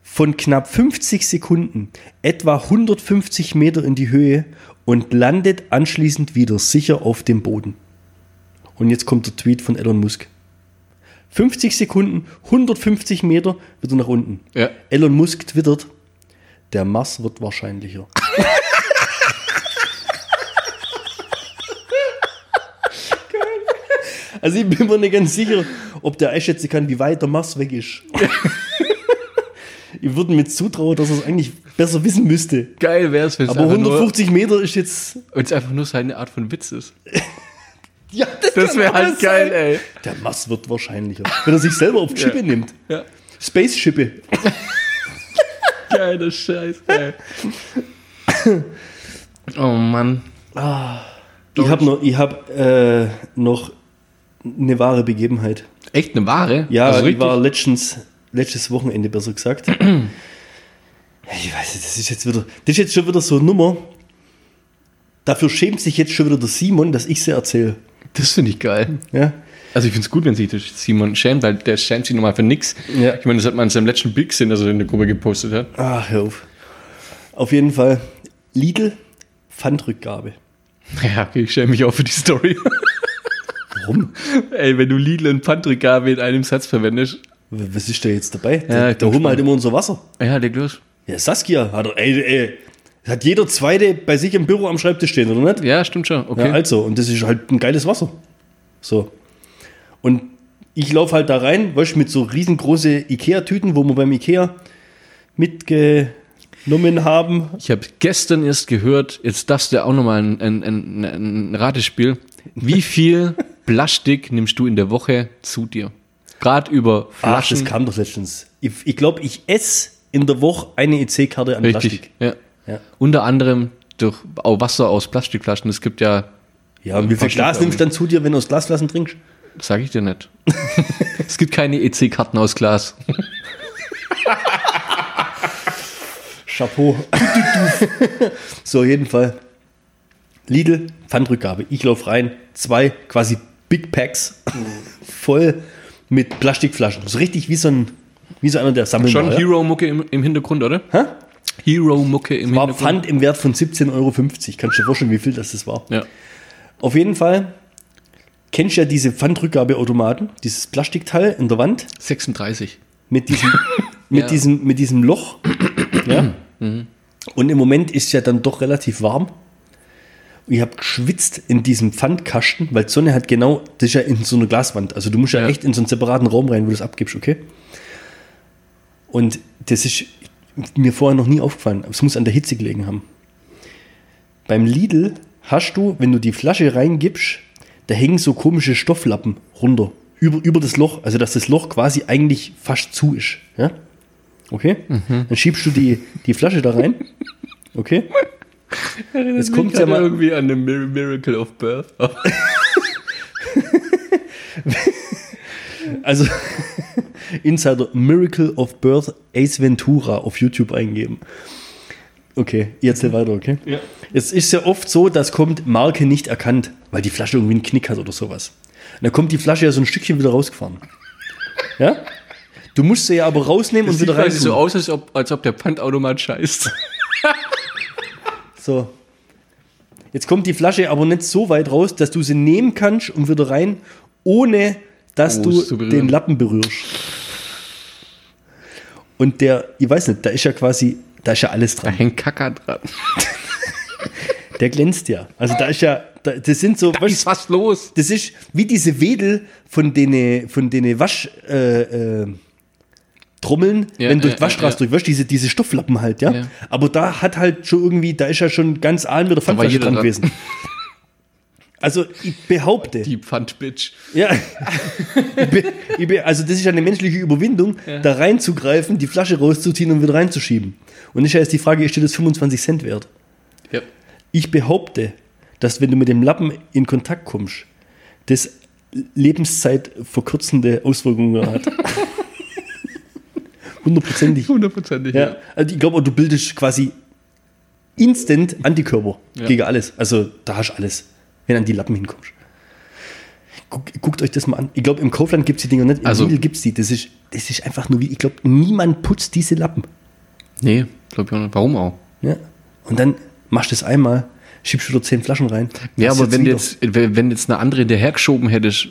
[SPEAKER 1] von knapp 50 Sekunden etwa 150 Meter in die Höhe und landet anschließend wieder sicher auf dem Boden. Und jetzt kommt der Tweet von Elon Musk. 50 Sekunden, 150 Meter, wieder nach unten.
[SPEAKER 2] Ja.
[SPEAKER 1] Elon Musk twittert, der Mars wird wahrscheinlicher. Also ich bin mir nicht ganz sicher, ob der einschätzen kann, wie weit der Mars weg ist. ich würde mir zutrauen, dass er es eigentlich besser wissen müsste.
[SPEAKER 2] Geil wäre es, wenn es
[SPEAKER 1] Aber
[SPEAKER 2] einfach, nur-
[SPEAKER 1] 150 Meter ist jetzt...
[SPEAKER 2] wenn's einfach nur seine Art von Witz ist.
[SPEAKER 1] Ja,
[SPEAKER 2] Das
[SPEAKER 1] kann
[SPEAKER 2] wäre
[SPEAKER 1] alles
[SPEAKER 2] halt geil,
[SPEAKER 1] sein.
[SPEAKER 2] ey.
[SPEAKER 1] Der Mars wird wahrscheinlicher, wenn er sich selber auf die Schippe nimmt.
[SPEAKER 2] Ja.
[SPEAKER 1] Space Schippe.
[SPEAKER 2] Geiler Scheiß, ey. Oh Mann.
[SPEAKER 1] Ich habe noch, ich hab, äh, noch eine wahre Begebenheit.
[SPEAKER 2] Echt eine Ware?
[SPEAKER 1] Ja,
[SPEAKER 2] also
[SPEAKER 1] ich
[SPEAKER 2] richtig.
[SPEAKER 1] war letztens, letztes Wochenende besser gesagt. ich weiß nicht, das ist jetzt wieder, das ist jetzt schon wieder so eine Nummer. Dafür schämt sich jetzt schon wieder der Simon, dass ich sie erzähle.
[SPEAKER 2] Das finde ich geil.
[SPEAKER 1] Ja?
[SPEAKER 2] Also ich finde es gut, wenn sich der Simon schämt, weil der schämt sich nochmal für nix.
[SPEAKER 1] Ja.
[SPEAKER 2] Ich meine, das hat man in seinem letzten Bild gesehen, dass er in der Gruppe gepostet hat.
[SPEAKER 1] Ach, Ah, hör auf. Auf jeden Fall, Lidl, Pfandrückgabe.
[SPEAKER 2] Ja, okay, ich schäme mich auch für die Story.
[SPEAKER 1] Warum?
[SPEAKER 2] Ey, wenn du Lidl und Pantrygabe in einem Satz verwendest.
[SPEAKER 1] W- Was ist da jetzt dabei?
[SPEAKER 2] Ja,
[SPEAKER 1] da
[SPEAKER 2] ich
[SPEAKER 1] da
[SPEAKER 2] bin
[SPEAKER 1] holen wir halt
[SPEAKER 2] gespannt.
[SPEAKER 1] immer unser Wasser.
[SPEAKER 2] Ja, leg los.
[SPEAKER 1] Ja, Saskia hat, doch- ey, ey, hat jeder Zweite bei sich im Büro am Schreibtisch stehen, oder nicht?
[SPEAKER 2] Ja, stimmt schon. Okay.
[SPEAKER 1] Ja, also, und das ist halt ein geiles Wasser. So. Und ich laufe halt da rein, weißt du, mit so riesengroße Ikea-Tüten, wo wir beim Ikea mitgenommen haben.
[SPEAKER 2] ich habe gestern erst gehört, jetzt darfst du ja auch nochmal ein, ein, ein, ein Ratespiel. Wie viel Plastik nimmst du in der Woche zu dir? Gerade über
[SPEAKER 1] Ach, das
[SPEAKER 2] Flaschen.
[SPEAKER 1] kam doch letztens. Ich, ich glaube, ich esse in der Woche eine EC-Karte an
[SPEAKER 2] Richtig.
[SPEAKER 1] Plastik.
[SPEAKER 2] Ja.
[SPEAKER 1] Ja.
[SPEAKER 2] Unter anderem durch auch Wasser aus Plastikflaschen. Es gibt ja,
[SPEAKER 1] Ja, und wie viel
[SPEAKER 2] Plastik,
[SPEAKER 1] Glas nimmst du dann zu dir, wenn du aus Glasflaschen trinkst?
[SPEAKER 2] sage ich dir nicht. es gibt keine EC-Karten aus Glas.
[SPEAKER 1] Chapeau. so, jeden Fall. Lidl, Pfandrückgabe. Ich laufe rein. Zwei quasi Big Packs
[SPEAKER 2] Mhm.
[SPEAKER 1] voll mit Plastikflaschen. So richtig wie so ein, wie so einer, der sammelt.
[SPEAKER 2] Schon
[SPEAKER 1] mal, ja?
[SPEAKER 2] Hero-Mucke im, im Hintergrund, oder?
[SPEAKER 1] Hä?
[SPEAKER 2] Hero-Mucke im
[SPEAKER 1] War
[SPEAKER 2] Hintergrund.
[SPEAKER 1] Pfand im Wert von 17,50 Euro. Kannst du dir vorstellen, wie viel das, das war?
[SPEAKER 2] Ja.
[SPEAKER 1] Auf jeden Fall kennst du ja diese Pfandrückgabeautomaten, dieses Plastikteil in der Wand
[SPEAKER 2] 36.
[SPEAKER 1] mit diesem, mit
[SPEAKER 2] Ja.
[SPEAKER 1] diesem, mit diesem Loch. ja. Und im Moment ist ja dann doch relativ warm. Und Ich habe geschwitzt in diesem Pfandkasten, weil die Sonne hat genau, das ist ja in so einer Glaswand. Also du musst ja,
[SPEAKER 2] Ja.
[SPEAKER 1] echt in so einen separaten Raum rein, wo du es abgibst, okay? Und das ist mir vorher noch nie aufgefallen. Es muss an der Hitze gelegen haben. Beim Lidl hast du, wenn du die Flasche reingibst, da hängen so komische Stofflappen runter. Über, über das Loch. Also, dass das Loch quasi eigentlich fast zu ist. Ja? Okay? Dann schiebst du die, die Flasche da rein. Okay? Jetzt kommt ja mal.
[SPEAKER 2] irgendwie an dem Mir- Miracle of Birth.
[SPEAKER 1] Also, Insider Miracle of Birth Ace Ventura auf YouTube eingeben. Okay, jetzt weiter, okay?
[SPEAKER 2] Ja.
[SPEAKER 1] Es ist ja oft so, dass kommt Marke nicht erkannt, weil die Flasche irgendwie einen Knick hat oder sowas. Und dann kommt die Flasche ja so ein Stückchen wieder rausgefahren. Ja? Du musst sie ja aber rausnehmen
[SPEAKER 2] Das
[SPEAKER 1] und
[SPEAKER 2] sieht
[SPEAKER 1] wieder rein.
[SPEAKER 2] quasi so aus, als ob, als ob der Pfandautomat scheißt.
[SPEAKER 1] So. Jetzt kommt die Flasche aber nicht so weit raus, dass du sie nehmen kannst und wieder rein, ohne dass
[SPEAKER 2] Oh,
[SPEAKER 1] du
[SPEAKER 2] es zu berühren.
[SPEAKER 1] den Lappen berührst. Und der, ich weiß nicht, da ist ja quasi, da ist ja alles
[SPEAKER 2] Da
[SPEAKER 1] dran.
[SPEAKER 2] hängt Kacker dran.
[SPEAKER 1] Der glänzt ja. Also da ist ja, da, das sind so,
[SPEAKER 2] Da ist was los.
[SPEAKER 1] das ist wie diese Wedel von denen, von denen Wasch, äh, äh, Trommeln,
[SPEAKER 2] Ja,
[SPEAKER 1] wenn du durch
[SPEAKER 2] ja,
[SPEAKER 1] die Waschstraße
[SPEAKER 2] ja,
[SPEAKER 1] durchwäschst, diese, diese Stofflappen halt, ja?
[SPEAKER 2] Ja.
[SPEAKER 1] Aber da hat halt schon irgendwie, da ist ja schon ganz Aalen mit der
[SPEAKER 2] war
[SPEAKER 1] Pfandflasche
[SPEAKER 2] jeder
[SPEAKER 1] dran
[SPEAKER 2] dran.
[SPEAKER 1] gewesen. Also ich behaupte,
[SPEAKER 2] Die Pfandbitch.
[SPEAKER 1] ja, ich be, ich be, also das ist eine menschliche Überwindung, da reinzugreifen, die Flasche rauszuziehen und wieder reinzuschieben. Und ist ja jetzt die Frage, ist dir das 25 Cent wert?
[SPEAKER 2] Ja.
[SPEAKER 1] Ich behaupte, dass wenn du mit dem Lappen in Kontakt kommst, das lebenszeitverkürzende Auswirkungen hat. Hundertprozentig.
[SPEAKER 2] Hundertprozentig.
[SPEAKER 1] Ja. Also ich glaube, du bildest quasi instant Antikörper
[SPEAKER 2] Ja.
[SPEAKER 1] gegen alles. Also da hast du alles, wenn an die Lappen hinkommst. Guck, guckt euch das mal an. Ich glaube, im Kaufland gibt es die Dinger nicht. Im
[SPEAKER 2] Also-
[SPEAKER 1] Lidl gibt es die. Das ist, das ist einfach nur wie, ich glaube, niemand putzt diese Lappen.
[SPEAKER 2] Nee, glaube ich auch nicht. Warum auch?
[SPEAKER 1] Ja. Und dann machst du das einmal, schiebst wieder zehn Flaschen rein.
[SPEAKER 2] Ja,
[SPEAKER 1] Das
[SPEAKER 2] aber wenn
[SPEAKER 1] wieder-
[SPEAKER 2] jetzt, äh, wenn wenn jetzt eine andere hinterhergeschoben hättest,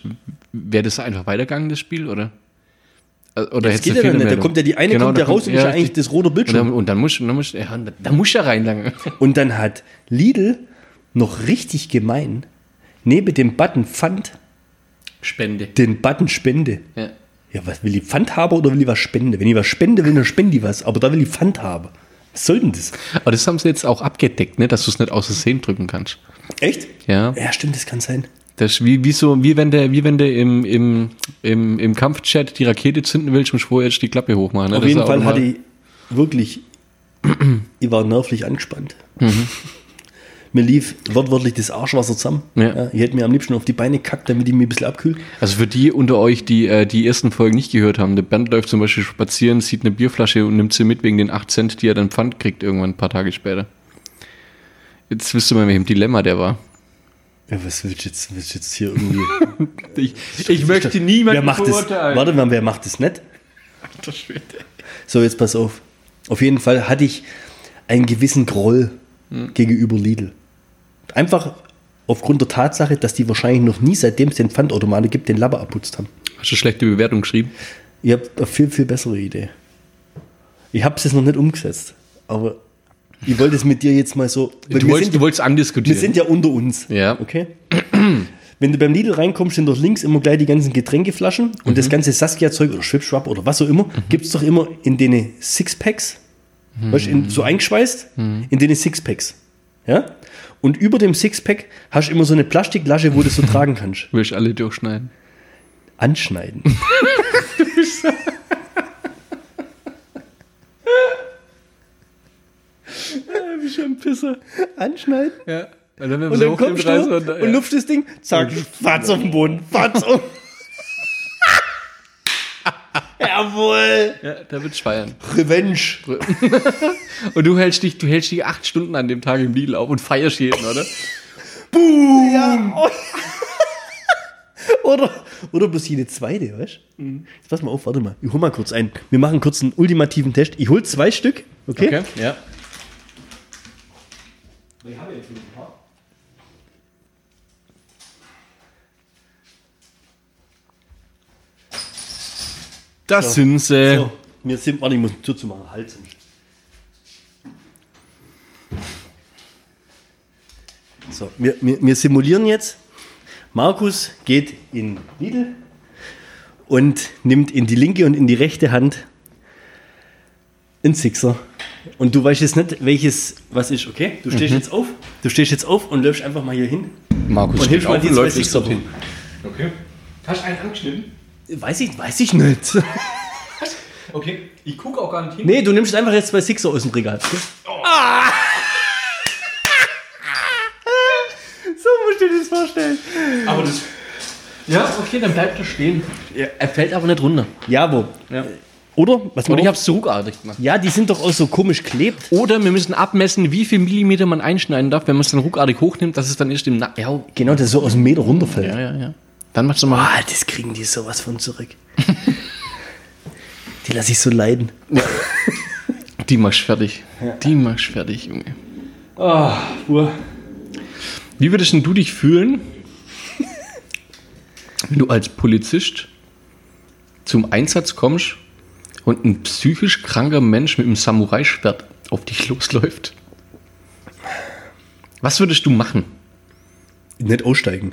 [SPEAKER 2] wäre das einfach weitergegangen, das Spiel, oder? Äh, Oder
[SPEAKER 1] Das geht ja dann nicht. Da kommt ja die eine,
[SPEAKER 2] Genau,
[SPEAKER 1] kommt ja raus und ist ja eigentlich das rote
[SPEAKER 2] Und dann,
[SPEAKER 1] Bildschirm.
[SPEAKER 2] und dann musst du, dann musst, du- ja, und dann musst du ja reinlangen.
[SPEAKER 1] Und dann hat Lidl noch richtig gemein neben dem Button Pfand
[SPEAKER 2] Spende.
[SPEAKER 1] den Button Spende.
[SPEAKER 2] Ja.
[SPEAKER 1] Ja, was will die Pfand haben oder will die was spende? Wenn die was spende, will, dann spende die was. Aber da will die Pfand haben. Was soll denn das?
[SPEAKER 2] Aber das haben sie jetzt auch abgedeckt, ne? dass du es nicht aus Versehen drücken kannst.
[SPEAKER 1] Echt?
[SPEAKER 2] Ja.
[SPEAKER 1] Ja, stimmt, das kann sein.
[SPEAKER 2] Das ist wie, wie, so, wie wenn du wie wenn der im, im, im, im Kampfchat die Rakete zünden willst, musst du vorher erst die Klappe hochmachen. Ne?
[SPEAKER 1] Auf
[SPEAKER 2] Das
[SPEAKER 1] jeden
[SPEAKER 2] ist auch
[SPEAKER 1] Fall
[SPEAKER 2] nochmal-
[SPEAKER 1] hatte ich wirklich, ich war nervlich angespannt.
[SPEAKER 2] Mhm.
[SPEAKER 1] Mir lief wortwörtlich das Arschwasser zusammen.
[SPEAKER 2] Ja.
[SPEAKER 1] ich hätte mir am liebsten auf die Beine gekackt, damit ich mich ein bisschen abkühlt.
[SPEAKER 2] Also für die unter euch, die äh, die ersten Folgen nicht gehört haben, der Bernd läuft zum Beispiel spazieren, sieht eine Bierflasche und nimmt sie mit wegen den 8 Cent, die er dann Pfand kriegt irgendwann ein paar Tage später. Jetzt wisst ihr mal, in welchem Dilemma der war.
[SPEAKER 1] Ja, was willst du jetzt, willst du jetzt hier irgendwie?
[SPEAKER 2] Ich, ich möchte
[SPEAKER 1] wer macht das? Warte mal, wer macht das nicht? So, jetzt pass auf. Auf jeden Fall hatte ich einen gewissen Groll
[SPEAKER 2] Mhm.
[SPEAKER 1] gegenüber Lidl. Einfach aufgrund der Tatsache, dass die wahrscheinlich noch nie, seitdem es den Pfandautomaten gibt, den Labber abputzt haben.
[SPEAKER 2] Hast du schlechte Bewertung geschrieben?
[SPEAKER 1] Ihr habt eine viel, viel bessere Idee. Ich habe es jetzt noch nicht umgesetzt, aber ich wollte es mit dir jetzt mal so.
[SPEAKER 2] Du
[SPEAKER 1] wir
[SPEAKER 2] wolltest,
[SPEAKER 1] sind-
[SPEAKER 2] du wolltest
[SPEAKER 1] wir
[SPEAKER 2] andiskutieren.
[SPEAKER 1] sind ja unter uns.
[SPEAKER 2] Ja.
[SPEAKER 1] Okay. Wenn du beim Lidl reinkommst, sind doch links immer gleich die ganzen Getränkeflaschen und
[SPEAKER 2] Mhm.
[SPEAKER 1] das ganze Saskia-Zeug oder Schwipschwapp oder was auch immer, gibt es doch immer in den Sixpacks,
[SPEAKER 2] Mhm.
[SPEAKER 1] weißt, du, in, so eingeschweißt, in den Sixpacks. Ja? Und über dem Sixpack hast du immer so eine Plastiklasche, wo du so tragen kannst.
[SPEAKER 2] Willst alle durchschneiden?
[SPEAKER 1] Anschneiden. Äh,
[SPEAKER 2] Ich bin ein Pisser.
[SPEAKER 1] Anschneiden?
[SPEAKER 2] Ja. Und dann,
[SPEAKER 1] Und dann kommst du und, lupfst das Ding, zack, fatz auf den Boden, fatz auf. Jawohl!
[SPEAKER 2] ja, da wird's feiern.
[SPEAKER 1] Revenge.
[SPEAKER 2] Und du hältst dich, du hältst dich acht Stunden an dem Tag im Lidl auf und feierst jeden, oder?
[SPEAKER 1] Oder, oder bloß jede zweite, weißt du? Jetzt pass mal auf, warte mal. Ich hol mal kurz ein. Wir machen kurz einen ultimativen Test. Ich hol zwei Stück, okay?
[SPEAKER 2] ja. Das sind sie.
[SPEAKER 1] So, wir sind, warte, ich muss die Tür zumachen. Halt. So, wir, wir, wir simulieren jetzt. Markus geht in Lidl und nimmt in die linke und in die rechte Hand einen Sixer. Und du weißt jetzt nicht, welches was ist, okay? Du stehst jetzt auf, du stehst jetzt auf und läufst einfach mal hier hin
[SPEAKER 2] Markus
[SPEAKER 1] und hilf mal die zwei
[SPEAKER 2] läuft
[SPEAKER 1] Sixer hin.
[SPEAKER 2] Okay. Hast du einen angeschnitten?
[SPEAKER 1] Weiß ich, weiß ich nicht.
[SPEAKER 2] Okay. Ich gucke auch gar nicht hin.
[SPEAKER 1] Nee, du nimmst einfach jetzt zwei Sixer aus dem Regal. Okay? Ah! So musst du dir das vorstellen.
[SPEAKER 2] Aber das. Ja, okay, dann bleibt er stehen. Er fällt aber nicht runter.
[SPEAKER 1] Jawohl. Oder? Was
[SPEAKER 2] Und ich
[SPEAKER 1] noch?
[SPEAKER 2] hab's ruckartig gemacht.
[SPEAKER 1] ja, die sind doch auch so komisch klebt.
[SPEAKER 2] Oder wir müssen abmessen, wie viel Millimeter man einschneiden darf, wenn man es dann ruckartig hochnimmt, dass es dann erst im Nacken. Ja,
[SPEAKER 1] Genau, dass so aus dem Meter runterfällt.
[SPEAKER 2] ja, ja, ja. Dann machst du mal.
[SPEAKER 1] Ah, das kriegen die sowas von zurück. die lasse ich so leiden.
[SPEAKER 2] Die machst du fertig. Die machst du fertig, Junge. Wie würdest denn du dich fühlen, wenn du als Polizist zum Einsatz kommst und ein psychisch kranker Mensch mit einem Samurai-Schwert auf dich losläuft? Was würdest du machen?
[SPEAKER 1] Nicht aussteigen.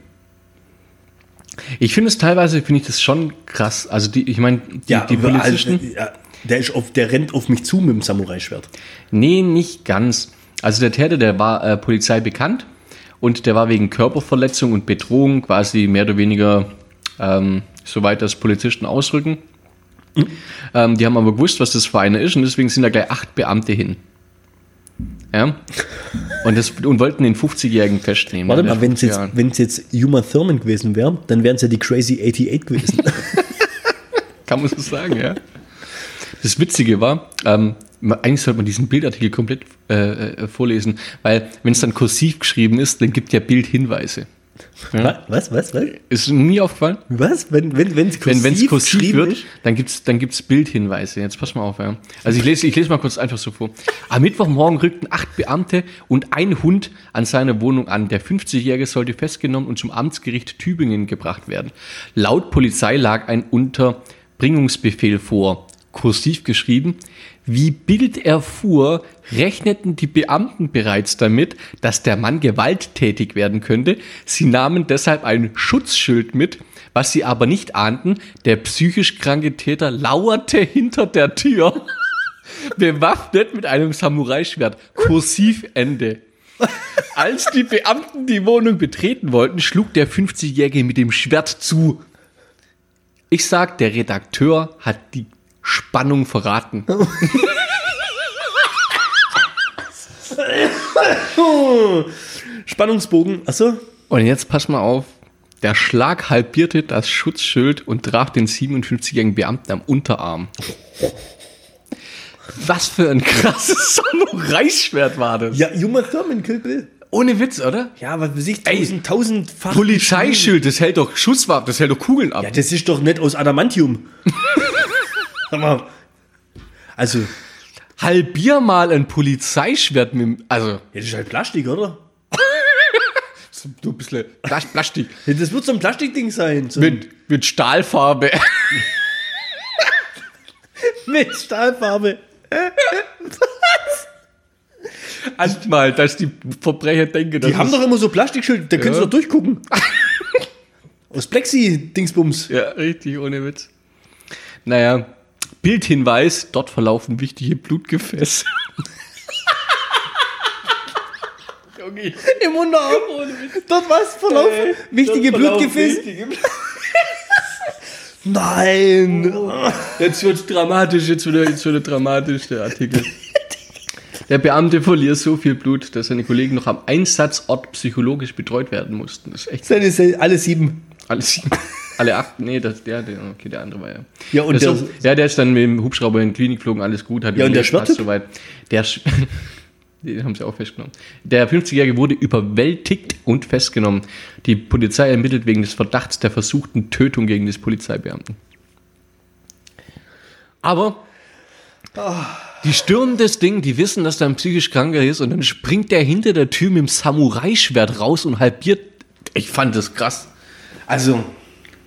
[SPEAKER 2] Ich finde es teilweise, finde ich das schon krass. Also die, ich meine, die,
[SPEAKER 1] Ja,
[SPEAKER 2] die
[SPEAKER 1] aber als-
[SPEAKER 2] Polizisten.
[SPEAKER 1] ja, der, ist auf, der rennt auf mich zu mit dem Samurai-Schwert.
[SPEAKER 2] Nee, nicht ganz. Also der Täter, der war äh, Polizei bekannt und der war wegen Körperverletzung und Bedrohung quasi mehr oder weniger, ähm, soweit das Polizisten ausrücken. Ähm, die haben aber gewusst, was das für einer ist und deswegen sind da gleich acht Beamte hin. Ja. Und, das, und wollten den 50-Jährigen festnehmen.
[SPEAKER 1] Warte
[SPEAKER 2] Der
[SPEAKER 1] mal, wenn es
[SPEAKER 2] 50
[SPEAKER 1] jetzt,
[SPEAKER 2] Jahre.
[SPEAKER 1] wenn's jetzt Uma Thurman gewesen wäre, dann wären es ja die Crazy 88 gewesen.
[SPEAKER 2] Kann man so sagen, ja. Das Witzige war, ähm, ma- eigentlich sollte man diesen Bildartikel komplett äh, äh, vorlesen, weil wenn es dann kursiv geschrieben ist, dann gibt ja Bild Hinweise.
[SPEAKER 1] Wa- Was, was, was?
[SPEAKER 2] Ist Ihnen nie aufgefallen?
[SPEAKER 1] Was? Wenn es wenn, wenn's kursiv,
[SPEAKER 2] Wenn es kursiv
[SPEAKER 1] geschrieben
[SPEAKER 2] wird,
[SPEAKER 1] ist?
[SPEAKER 2] dann gibt es dann gibt's Bildhinweise. Jetzt pass mal auf. Ja. Also ich lese, ich lese mal kurz einfach so vor. Am Mittwochmorgen rückten acht Beamte und ein Hund an seiner Wohnung an. Der 50-Jährige sollte festgenommen und zum Amtsgericht Tübingen gebracht werden. Laut Polizei lag ein Unterbringungsbefehl vor. Kursiv geschrieben. Wie Bild erfuhr, rechneten die Beamten bereits damit, dass der Mann gewalttätig werden könnte. Sie nahmen deshalb ein Schutzschild mit, was sie aber nicht ahnten, der psychisch kranke Täter lauerte hinter der Tür, bewaffnet mit einem Samurai-Schwert. Kursiv Ende. Als die Beamten die Wohnung betreten wollten, schlug der 50-Jährige mit dem Schwert zu. Ich sag, der Redakteur hat die Spannung verraten.
[SPEAKER 1] Spannungsbogen. Achso.
[SPEAKER 2] Und jetzt pass mal auf. Der Schlag halbierte das Schutzschild und traf den 57-jährigen Beamten am Unterarm. Was für ein krasses Samurai-Schwert war das?
[SPEAKER 1] Ja, Uma Thurman, Kill Bill.
[SPEAKER 2] Ohne Witz, oder?
[SPEAKER 1] Ja, was weiß ich, tausend, tausendfach.
[SPEAKER 2] Polizeischild, das hält doch Schusswaffen, das hält doch Kugeln ab.
[SPEAKER 1] Ja, das ist doch nicht aus Adamantium. Sag mal. Also, ja,
[SPEAKER 2] Halbier mal ein Polizeischwert mit dem, also,
[SPEAKER 1] das ist halt Plastik, oder?
[SPEAKER 2] so ein bisschen Plas- Plastik,
[SPEAKER 1] Ja, Das wird so ein Plastikding sein. So
[SPEAKER 2] mit, mit Stahlfarbe.
[SPEAKER 1] mit Stahlfarbe.
[SPEAKER 2] Erstmal, dass die Verbrecher denken, dass
[SPEAKER 1] Die haben
[SPEAKER 2] es-
[SPEAKER 1] doch immer so Plastikschild, da können sie
[SPEAKER 2] Ja.
[SPEAKER 1] doch durchgucken. Aus Plexi-Dingsbums.
[SPEAKER 2] Ja, richtig, ohne Witz. Naja, Bildhinweis, dort verlaufen wichtige Blutgefäße. Junge,
[SPEAKER 1] Im Unterarm. Dort was? Verlauf? wichtige Blutgefäße? Nein.
[SPEAKER 2] Jetzt wird's dramatisch, jetzt wird, jetzt wird dramatisch, der Artikel. Der Beamte verliert so viel Blut, dass seine Kollegen noch am Einsatzort psychologisch betreut werden mussten. Das ist echt
[SPEAKER 1] Seine Se- alle sieben.
[SPEAKER 2] alles. Alle acht, nee, das, der, der, okay, der andere war ja.
[SPEAKER 1] Ja, und
[SPEAKER 2] das
[SPEAKER 1] der-
[SPEAKER 2] ist auch- ja, der ist dann mit dem Hubschrauber in die Klinik geflogen, alles gut, hat
[SPEAKER 1] Ja, und der
[SPEAKER 2] überlebt, passt
[SPEAKER 1] Schwerttyp?
[SPEAKER 2] soweit. Der, Sch- den haben sie auch festgenommen. Der 50-Jährige wurde überwältigt und festgenommen. Die Polizei ermittelt wegen des Verdachts der versuchten Tötung gegen des Polizeibeamten. Aber die stürmen das Ding, die wissen, dass da ein psychisch Kranker ist und dann springt der hinter der Tür mit dem Samurai-Schwert raus und halbiert. Ich fand das krass.
[SPEAKER 1] Also,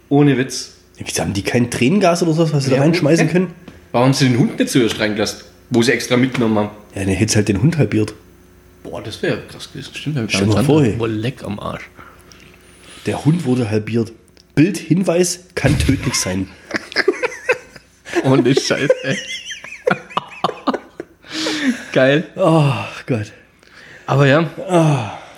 [SPEAKER 2] Ohne Witz.
[SPEAKER 1] Wieso haben die kein Tränengas oder sowas, was sie da reinschmeißen können?
[SPEAKER 2] Warum haben sie den Hund nicht zuerst reingelassen, wo sie extra mitgenommen haben?
[SPEAKER 1] Ja, dann hätte halt den Hund halbiert.
[SPEAKER 2] Boah, das wäre krass gewesen. Stimmt, wir
[SPEAKER 1] Stell mal vor, ey.
[SPEAKER 2] Wohl leck am Arsch.
[SPEAKER 1] Der Hund wurde halbiert. Bild, Hinweis, kann tödlich sein.
[SPEAKER 2] Ohne Scheiß, ey. Geil.
[SPEAKER 1] Oh Gott.
[SPEAKER 2] Aber ja.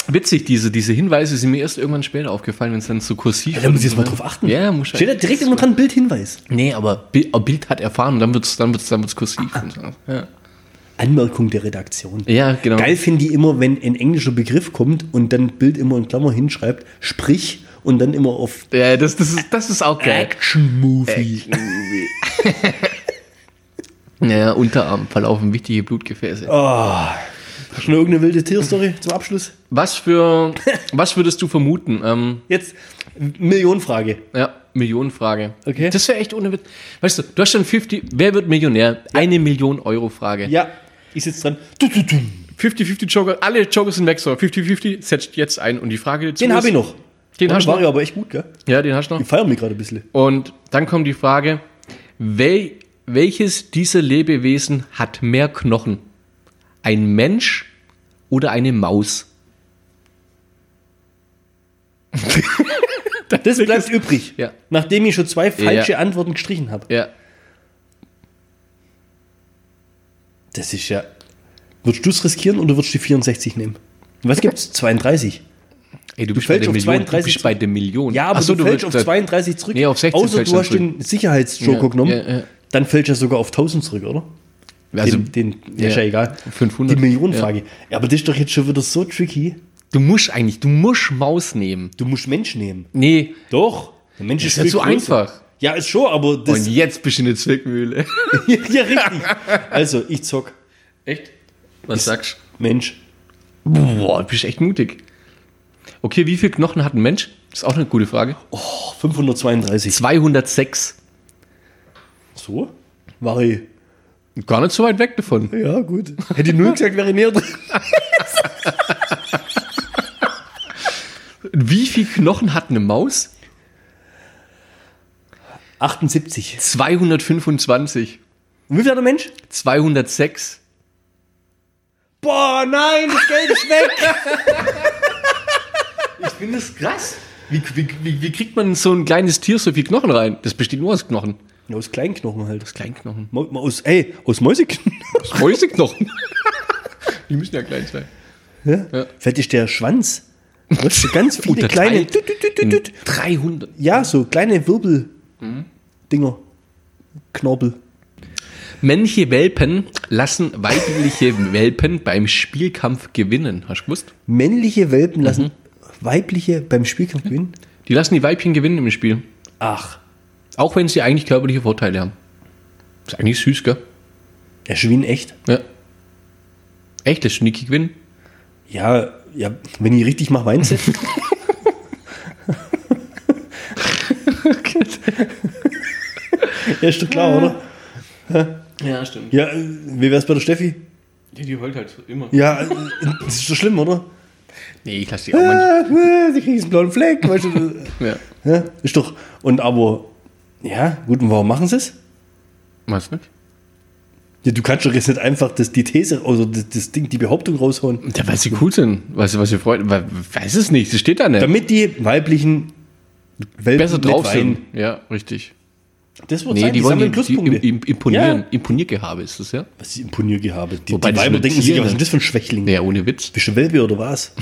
[SPEAKER 2] Witzig, diese, diese Hinweise sind mir erst irgendwann später aufgefallen, wenn es dann so kursiv
[SPEAKER 1] Da muss ich jetzt mal drauf achten.
[SPEAKER 2] Ja, muss
[SPEAKER 1] Steht da direkt immer dran, Bild, Hinweis.
[SPEAKER 2] Nee, aber Bild, Bild hat erfahren und dann wird es dann wird's, dann wird's kursiv. und so. ja.
[SPEAKER 1] Anmerkung der Redaktion.
[SPEAKER 2] ja, genau.
[SPEAKER 1] Geil finde ich immer, wenn ein englischer Begriff kommt und dann Bild immer in Klammer hinschreibt, sprich und dann immer auf
[SPEAKER 2] Ja, das, das, ist, das ist auch geil.
[SPEAKER 1] Action Movie. Äh.
[SPEAKER 2] Naja, Unterarm verlaufen wichtige Blutgefäße.
[SPEAKER 1] Ah. Schon irgendeine wilde Tierstory zum Abschluss?
[SPEAKER 2] Was für, was würdest du vermuten? Ähm,
[SPEAKER 1] Jetzt Millionenfrage.
[SPEAKER 2] ja, Millionenfrage.
[SPEAKER 1] Okay.
[SPEAKER 2] Das wäre echt ohne Witz. Weißt du, du hast schon 50, wer wird Millionär? Eine Million Euro Frage.
[SPEAKER 1] Ja, ich sitze dran. Du, du, du.
[SPEAKER 2] 50-50 Joker, alle Jokers sind weg, so. 50-50 setzt jetzt ein. Und die Frage dazu
[SPEAKER 1] Den
[SPEAKER 2] ist-
[SPEAKER 1] habe ich noch.
[SPEAKER 2] Den
[SPEAKER 1] Und
[SPEAKER 2] hast du
[SPEAKER 1] war
[SPEAKER 2] noch?
[SPEAKER 1] ja aber echt gut, gell?
[SPEAKER 2] Ja, den hast du noch.
[SPEAKER 1] Ich feiere mich gerade ein bisschen.
[SPEAKER 2] Und dann kommt die Frage, wel, welches dieser Lebewesen hat mehr Knochen? Ein Mensch oder eine Maus?
[SPEAKER 1] Das bleibt übrig.
[SPEAKER 2] Ja.
[SPEAKER 1] Nachdem ich schon zwei falsche
[SPEAKER 2] Ja.
[SPEAKER 1] Antworten gestrichen habe.
[SPEAKER 2] Ja.
[SPEAKER 1] Das ist ja. Würdest du es riskieren oder würdest du die 64 nehmen? Was gibt's? 32.
[SPEAKER 2] Ey, du, bist bei
[SPEAKER 1] fällst
[SPEAKER 2] der
[SPEAKER 1] auf
[SPEAKER 2] Million, du
[SPEAKER 1] 32
[SPEAKER 2] bist bei der Million.
[SPEAKER 1] Ja, aber
[SPEAKER 2] Ach so,
[SPEAKER 1] du fällst
[SPEAKER 2] willst- äh,
[SPEAKER 1] auf 32 zurück.
[SPEAKER 2] Nee, auf 16
[SPEAKER 1] Außer
[SPEAKER 2] fällst
[SPEAKER 1] du
[SPEAKER 2] du
[SPEAKER 1] hast
[SPEAKER 2] zurück.
[SPEAKER 1] den Sicherheitsschoko
[SPEAKER 2] Ja,
[SPEAKER 1] genommen.
[SPEAKER 2] ja, ja.
[SPEAKER 1] Dann fällt ja sogar auf 1000 zurück, oder?
[SPEAKER 2] Also,
[SPEAKER 1] den, den ja, ist ja
[SPEAKER 2] ja,
[SPEAKER 1] egal.
[SPEAKER 2] 500,
[SPEAKER 1] Die Millionenfrage. Ja. aber das ist doch jetzt schon wieder so tricky.
[SPEAKER 2] du musst eigentlich, du musst Maus nehmen.
[SPEAKER 1] Du musst Mensch nehmen.
[SPEAKER 2] Nee,
[SPEAKER 1] Doch. Der Mensch
[SPEAKER 2] Das ist
[SPEAKER 1] viel
[SPEAKER 2] ja so
[SPEAKER 1] größer.
[SPEAKER 2] einfach. Oh
[SPEAKER 1] Ja, ist schon, aber das
[SPEAKER 2] und jetzt bist du in der Zwickmühle.
[SPEAKER 1] ja richtig. Also, ich zock
[SPEAKER 2] Echt? Was sagst
[SPEAKER 1] Mensch.
[SPEAKER 2] du? Boah, du bist echt mutig. Okay, wie viele Knochen hat ein Mensch? Das ist auch eine gute Frage.
[SPEAKER 1] Oh, 532.
[SPEAKER 2] 206.
[SPEAKER 1] So? War ich.
[SPEAKER 2] Gar nicht so weit weg davon.
[SPEAKER 1] Ja, gut. Hätte ich nur gesagt, wäre ich näher dran.
[SPEAKER 2] Wie viele Knochen hat eine Maus?
[SPEAKER 1] 78.
[SPEAKER 2] 225.
[SPEAKER 1] Und wie viel hat der Mensch?
[SPEAKER 2] 206.
[SPEAKER 1] Boah, nein, das Geld ist weg.
[SPEAKER 2] Ich finde das krass. Wie, wie, wie, wie kriegt man in so ein kleines Tier so viel Knochen rein? Das besteht nur aus Knochen.
[SPEAKER 1] Ja, aus Kleinknochen halt. Aus,
[SPEAKER 2] Kleinknochen.
[SPEAKER 1] Mau- Mau- aus, ey, aus Mäuseknochen.
[SPEAKER 2] Aus Mäuseknochen. Die müssen ja klein sein.
[SPEAKER 1] Fett ist der Schwanz. Da hast du ganz viele kleine.
[SPEAKER 2] Unterteilt
[SPEAKER 1] Tüt, tüt, tüt, tüt, tüt.
[SPEAKER 2] 300.
[SPEAKER 1] Ja, so kleine Wirbel-Dinger. Knorpel.
[SPEAKER 2] Männliche Welpen lassen weibliche Welpen beim Spielkampf gewinnen. Hast du gewusst?
[SPEAKER 1] Männliche Welpen lassen weibliche beim Spielkampf gewinnen.
[SPEAKER 2] Die lassen die Weibchen gewinnen im Spiel.
[SPEAKER 1] Mhm. Ach,
[SPEAKER 2] Auch wenn sie eigentlich körperliche Vorteile haben. Ist eigentlich süß, gell?
[SPEAKER 1] der Schwin echt.
[SPEAKER 2] Ja. Echt, das Schnicki gewinnen?
[SPEAKER 1] Ja, ja, wenn ich richtig mache, meinst du? ja, ist doch klar, oder?
[SPEAKER 2] Ja, stimmt.
[SPEAKER 1] Ja, äh, wie wär's bei der Steffi?
[SPEAKER 2] Die, die heult halt immer.
[SPEAKER 1] Ja, äh, das ist doch schlimm, oder? Äh,
[SPEAKER 2] Nee, ich lasse die auch manchmal.
[SPEAKER 1] Sie kriegen einen blauen Fleck, weißt du?
[SPEAKER 2] Ja.
[SPEAKER 1] Ja, ist doch. Und aber, ja, gut, und warum machen sie es?
[SPEAKER 2] Meinst du nicht?
[SPEAKER 1] Ja, du kannst doch jetzt nicht einfach das, die These, also das, das Ding, die Behauptung raushauen.
[SPEAKER 2] Ja, weil sie cool sind. Weißt du, was sie freut? Weil, weiß es nicht, sie steht da nicht.
[SPEAKER 1] Damit die weiblichen Welpen
[SPEAKER 2] Besser
[SPEAKER 1] nicht
[SPEAKER 2] drauf
[SPEAKER 1] weinen.
[SPEAKER 2] sind. Ja, richtig.
[SPEAKER 1] Das wird
[SPEAKER 2] Nee,
[SPEAKER 1] sein,
[SPEAKER 2] die, wollen die,
[SPEAKER 1] sammeln
[SPEAKER 2] die
[SPEAKER 1] Pluspunkte.
[SPEAKER 2] im- im- imponieren.
[SPEAKER 1] Ja.
[SPEAKER 2] Imponiergehabe ist das, ja?
[SPEAKER 1] Was ist Imponiergehabe? Die,
[SPEAKER 2] Wobei
[SPEAKER 1] die
[SPEAKER 2] das
[SPEAKER 1] Weiber
[SPEAKER 2] sind
[SPEAKER 1] denken sich,
[SPEAKER 2] Tiere.
[SPEAKER 1] was ist denn das für ein Schwächling?
[SPEAKER 2] Ja, ohne Witz.
[SPEAKER 1] Bist du Welpe oder was?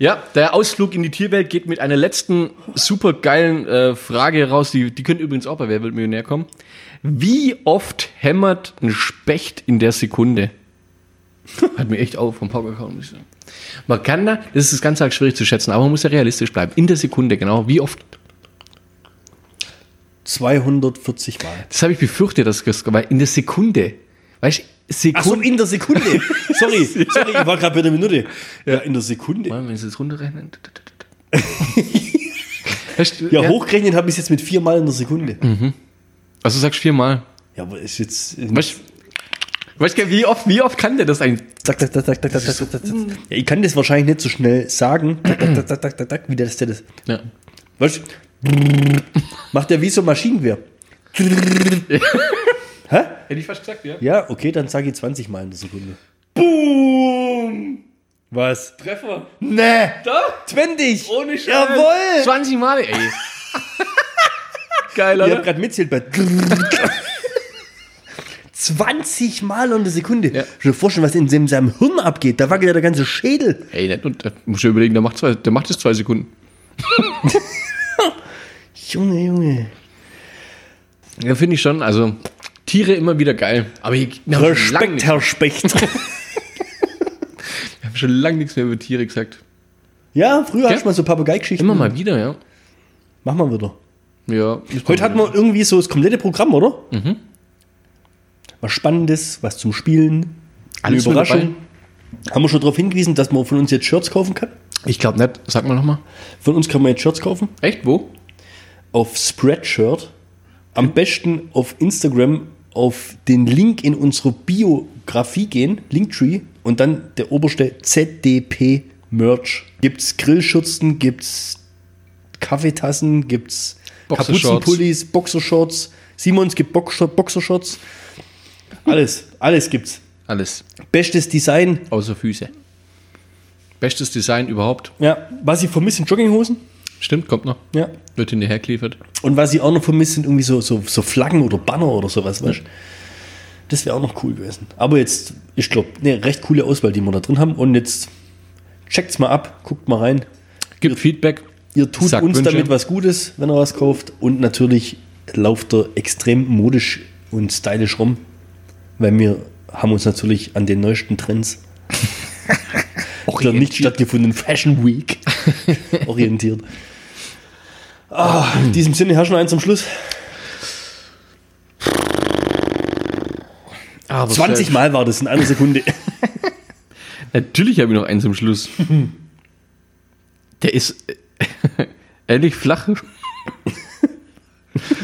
[SPEAKER 2] Ja, der Ausflug in die Tierwelt geht mit einer letzten super geilen äh, Frage raus. Die, die könnte übrigens auch bei Wer wird Millionär kommen. Wie oft hämmert ein Specht in der Sekunde? Hat mir echt auch vom Power gehauen, muss ich sagen. Man kann da, das ist das Ganze halt schwierig zu schätzen, aber man muss ja realistisch bleiben. In der Sekunde, genau. Wie oft?
[SPEAKER 1] 240 Mal.
[SPEAKER 2] Das habe ich befürchtet, dass das, weil in der Sekunde. Weißt du,
[SPEAKER 1] Ach so,
[SPEAKER 2] Sekunde.
[SPEAKER 1] in der Sekunde. Sorry, sorry, ich war gerade bei der Minute. Ja, in der Sekunde.
[SPEAKER 2] Warte, wenn Sie es runterrechnen. Weißt du,
[SPEAKER 1] Ja, Hm. hochgerechnet habe ich es jetzt mit viermal in der Sekunde.
[SPEAKER 2] Also sagst viermal.
[SPEAKER 1] Ja, aber ist jetzt. äh,
[SPEAKER 2] Weißt weißt du, wie oft, wie oft kann der das eigentlich?
[SPEAKER 1] Zack, zack, zack, zack, zack, zack, zack, zack. Ja, ich kann das wahrscheinlich nicht so schnell sagen, zack, zack, zack, zack, zack, zack, zack, wie der das denn ist.
[SPEAKER 2] Ja.
[SPEAKER 1] Weißt du? Macht der wie so ein Maschinengewehr.
[SPEAKER 2] Hätte ich fast gesagt, ja.
[SPEAKER 1] Ja, okay, dann sage ich 20 Mal in der Sekunde.
[SPEAKER 2] Boom!
[SPEAKER 1] Was?
[SPEAKER 2] Treffer.
[SPEAKER 1] Nee!
[SPEAKER 2] Doch,
[SPEAKER 1] 20!
[SPEAKER 2] ohne Scheiß.
[SPEAKER 1] Jawohl!
[SPEAKER 2] 20 Mal, ey. Geil,
[SPEAKER 1] Ich hab
[SPEAKER 2] oder?
[SPEAKER 1] grad mitzählt bei 20 Mal in der Sekunde.
[SPEAKER 2] Ja.
[SPEAKER 1] Kannst du dir vorstellen, was in dem- seinem Hirn abgeht? Da wackelt ja der ganze Schädel.
[SPEAKER 2] Ey, nicht, und, äh, muss ich überlegen, der macht, zwei, der macht das zwei Sekunden.
[SPEAKER 1] Junge, Junge.
[SPEAKER 2] Ja, finde ich schon. Also, Tiere immer wieder geil. Aber hier, wir, haben schon lange
[SPEAKER 1] Respekt,
[SPEAKER 2] nichts-
[SPEAKER 1] Herr Specht.
[SPEAKER 2] wir haben schon lange nichts mehr über Tiere gesagt.
[SPEAKER 1] ja, früher hast du
[SPEAKER 2] Ja.
[SPEAKER 1] mal so Papageigeschichten.
[SPEAKER 2] Immer mal wieder, ja.
[SPEAKER 1] Mach mal wieder.
[SPEAKER 2] Ja.
[SPEAKER 1] Heute hatten wir irgendwie so das komplette Programm, oder?
[SPEAKER 2] Mhm.
[SPEAKER 1] Was Spannendes, was zum Spielen,
[SPEAKER 2] Alles mit
[SPEAKER 1] Haben wir schon darauf hingewiesen, dass man von uns jetzt Shirts kaufen kann?
[SPEAKER 2] Ich glaube nicht. Sag mal nochmal.
[SPEAKER 1] Von uns kann man jetzt Shirts kaufen.
[SPEAKER 2] Echt, wo?
[SPEAKER 1] Auf Spreadshirt. Am besten auf Instagram auf den Link in unsere Biografie gehen, Linktree, und dann der oberste ZDP Merch. Gibt's Grillschürzen, gibt's Kaffeetassen, gibt's
[SPEAKER 2] Boxershorts.
[SPEAKER 1] Kapuzenpullis, Boxershorts. Simons gibt Boxer Boxershorts. Alles, alles gibt's.
[SPEAKER 2] Alles.
[SPEAKER 1] Bestes Design.
[SPEAKER 2] Außer Füße. Bestes Design überhaupt.
[SPEAKER 1] Ja, was ich vermisse, sind Jogginghosen.
[SPEAKER 2] Stimmt, kommt noch.
[SPEAKER 1] Ja.
[SPEAKER 2] Wird hinterher geliefert.
[SPEAKER 1] Und was ich auch noch vermisst, sind irgendwie so, so, so Flaggen oder Banner oder sowas, weißt du? ne, Das wäre auch noch cool gewesen. Aber jetzt, ich glaube, eine recht coole Auswahl, die wir da drin haben. Und jetzt Checkt's mal ab, guckt mal rein.
[SPEAKER 2] Gibt Feedback.
[SPEAKER 1] Ihr tut
[SPEAKER 2] Sagt
[SPEAKER 1] uns
[SPEAKER 2] Wünsche.
[SPEAKER 1] damit was Gutes, wenn ihr was kauft. Und natürlich lauft ihr extrem modisch und stylisch rum, weil wir haben uns natürlich an den neuesten Trends der nicht stattgefundenen Fashion Week orientiert. Ah, in diesem Sinne, Herr Schneider, eins zum Schluss.
[SPEAKER 2] Ah, Aber
[SPEAKER 1] 20 Mal war das in einer Sekunde.
[SPEAKER 2] Natürlich habe ich noch einen zum Schluss. Der ist äh, ähnlich flach.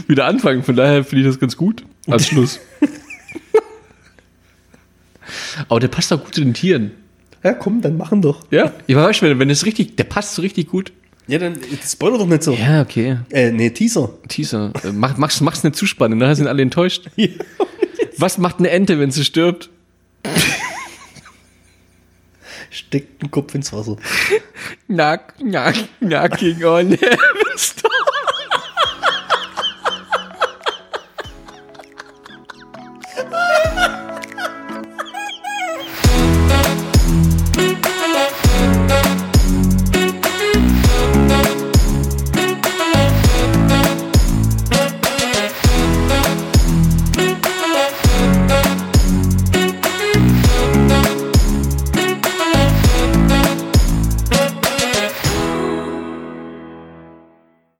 [SPEAKER 2] Wieder anfangen, von daher finde ich das ganz gut. Als Schluss. Aber der passt auch gut zu den Tieren.
[SPEAKER 1] Ja, komm, dann machen doch.
[SPEAKER 2] Ja, ich weiß schon, wenn es richtig, der passt so richtig gut.
[SPEAKER 1] Ja, dann jetzt spoiler doch nicht so.
[SPEAKER 2] Ja, okay.
[SPEAKER 1] Äh, nee, Teaser.
[SPEAKER 2] Teaser. Äh, Mach, mach's, mach's nicht zu spannend, nachher sind alle enttäuscht. Was macht eine Ente, wenn sie stirbt?
[SPEAKER 1] Steckt den Kopf ins Wasser.
[SPEAKER 2] Knock, knock, knocking on heaven's door.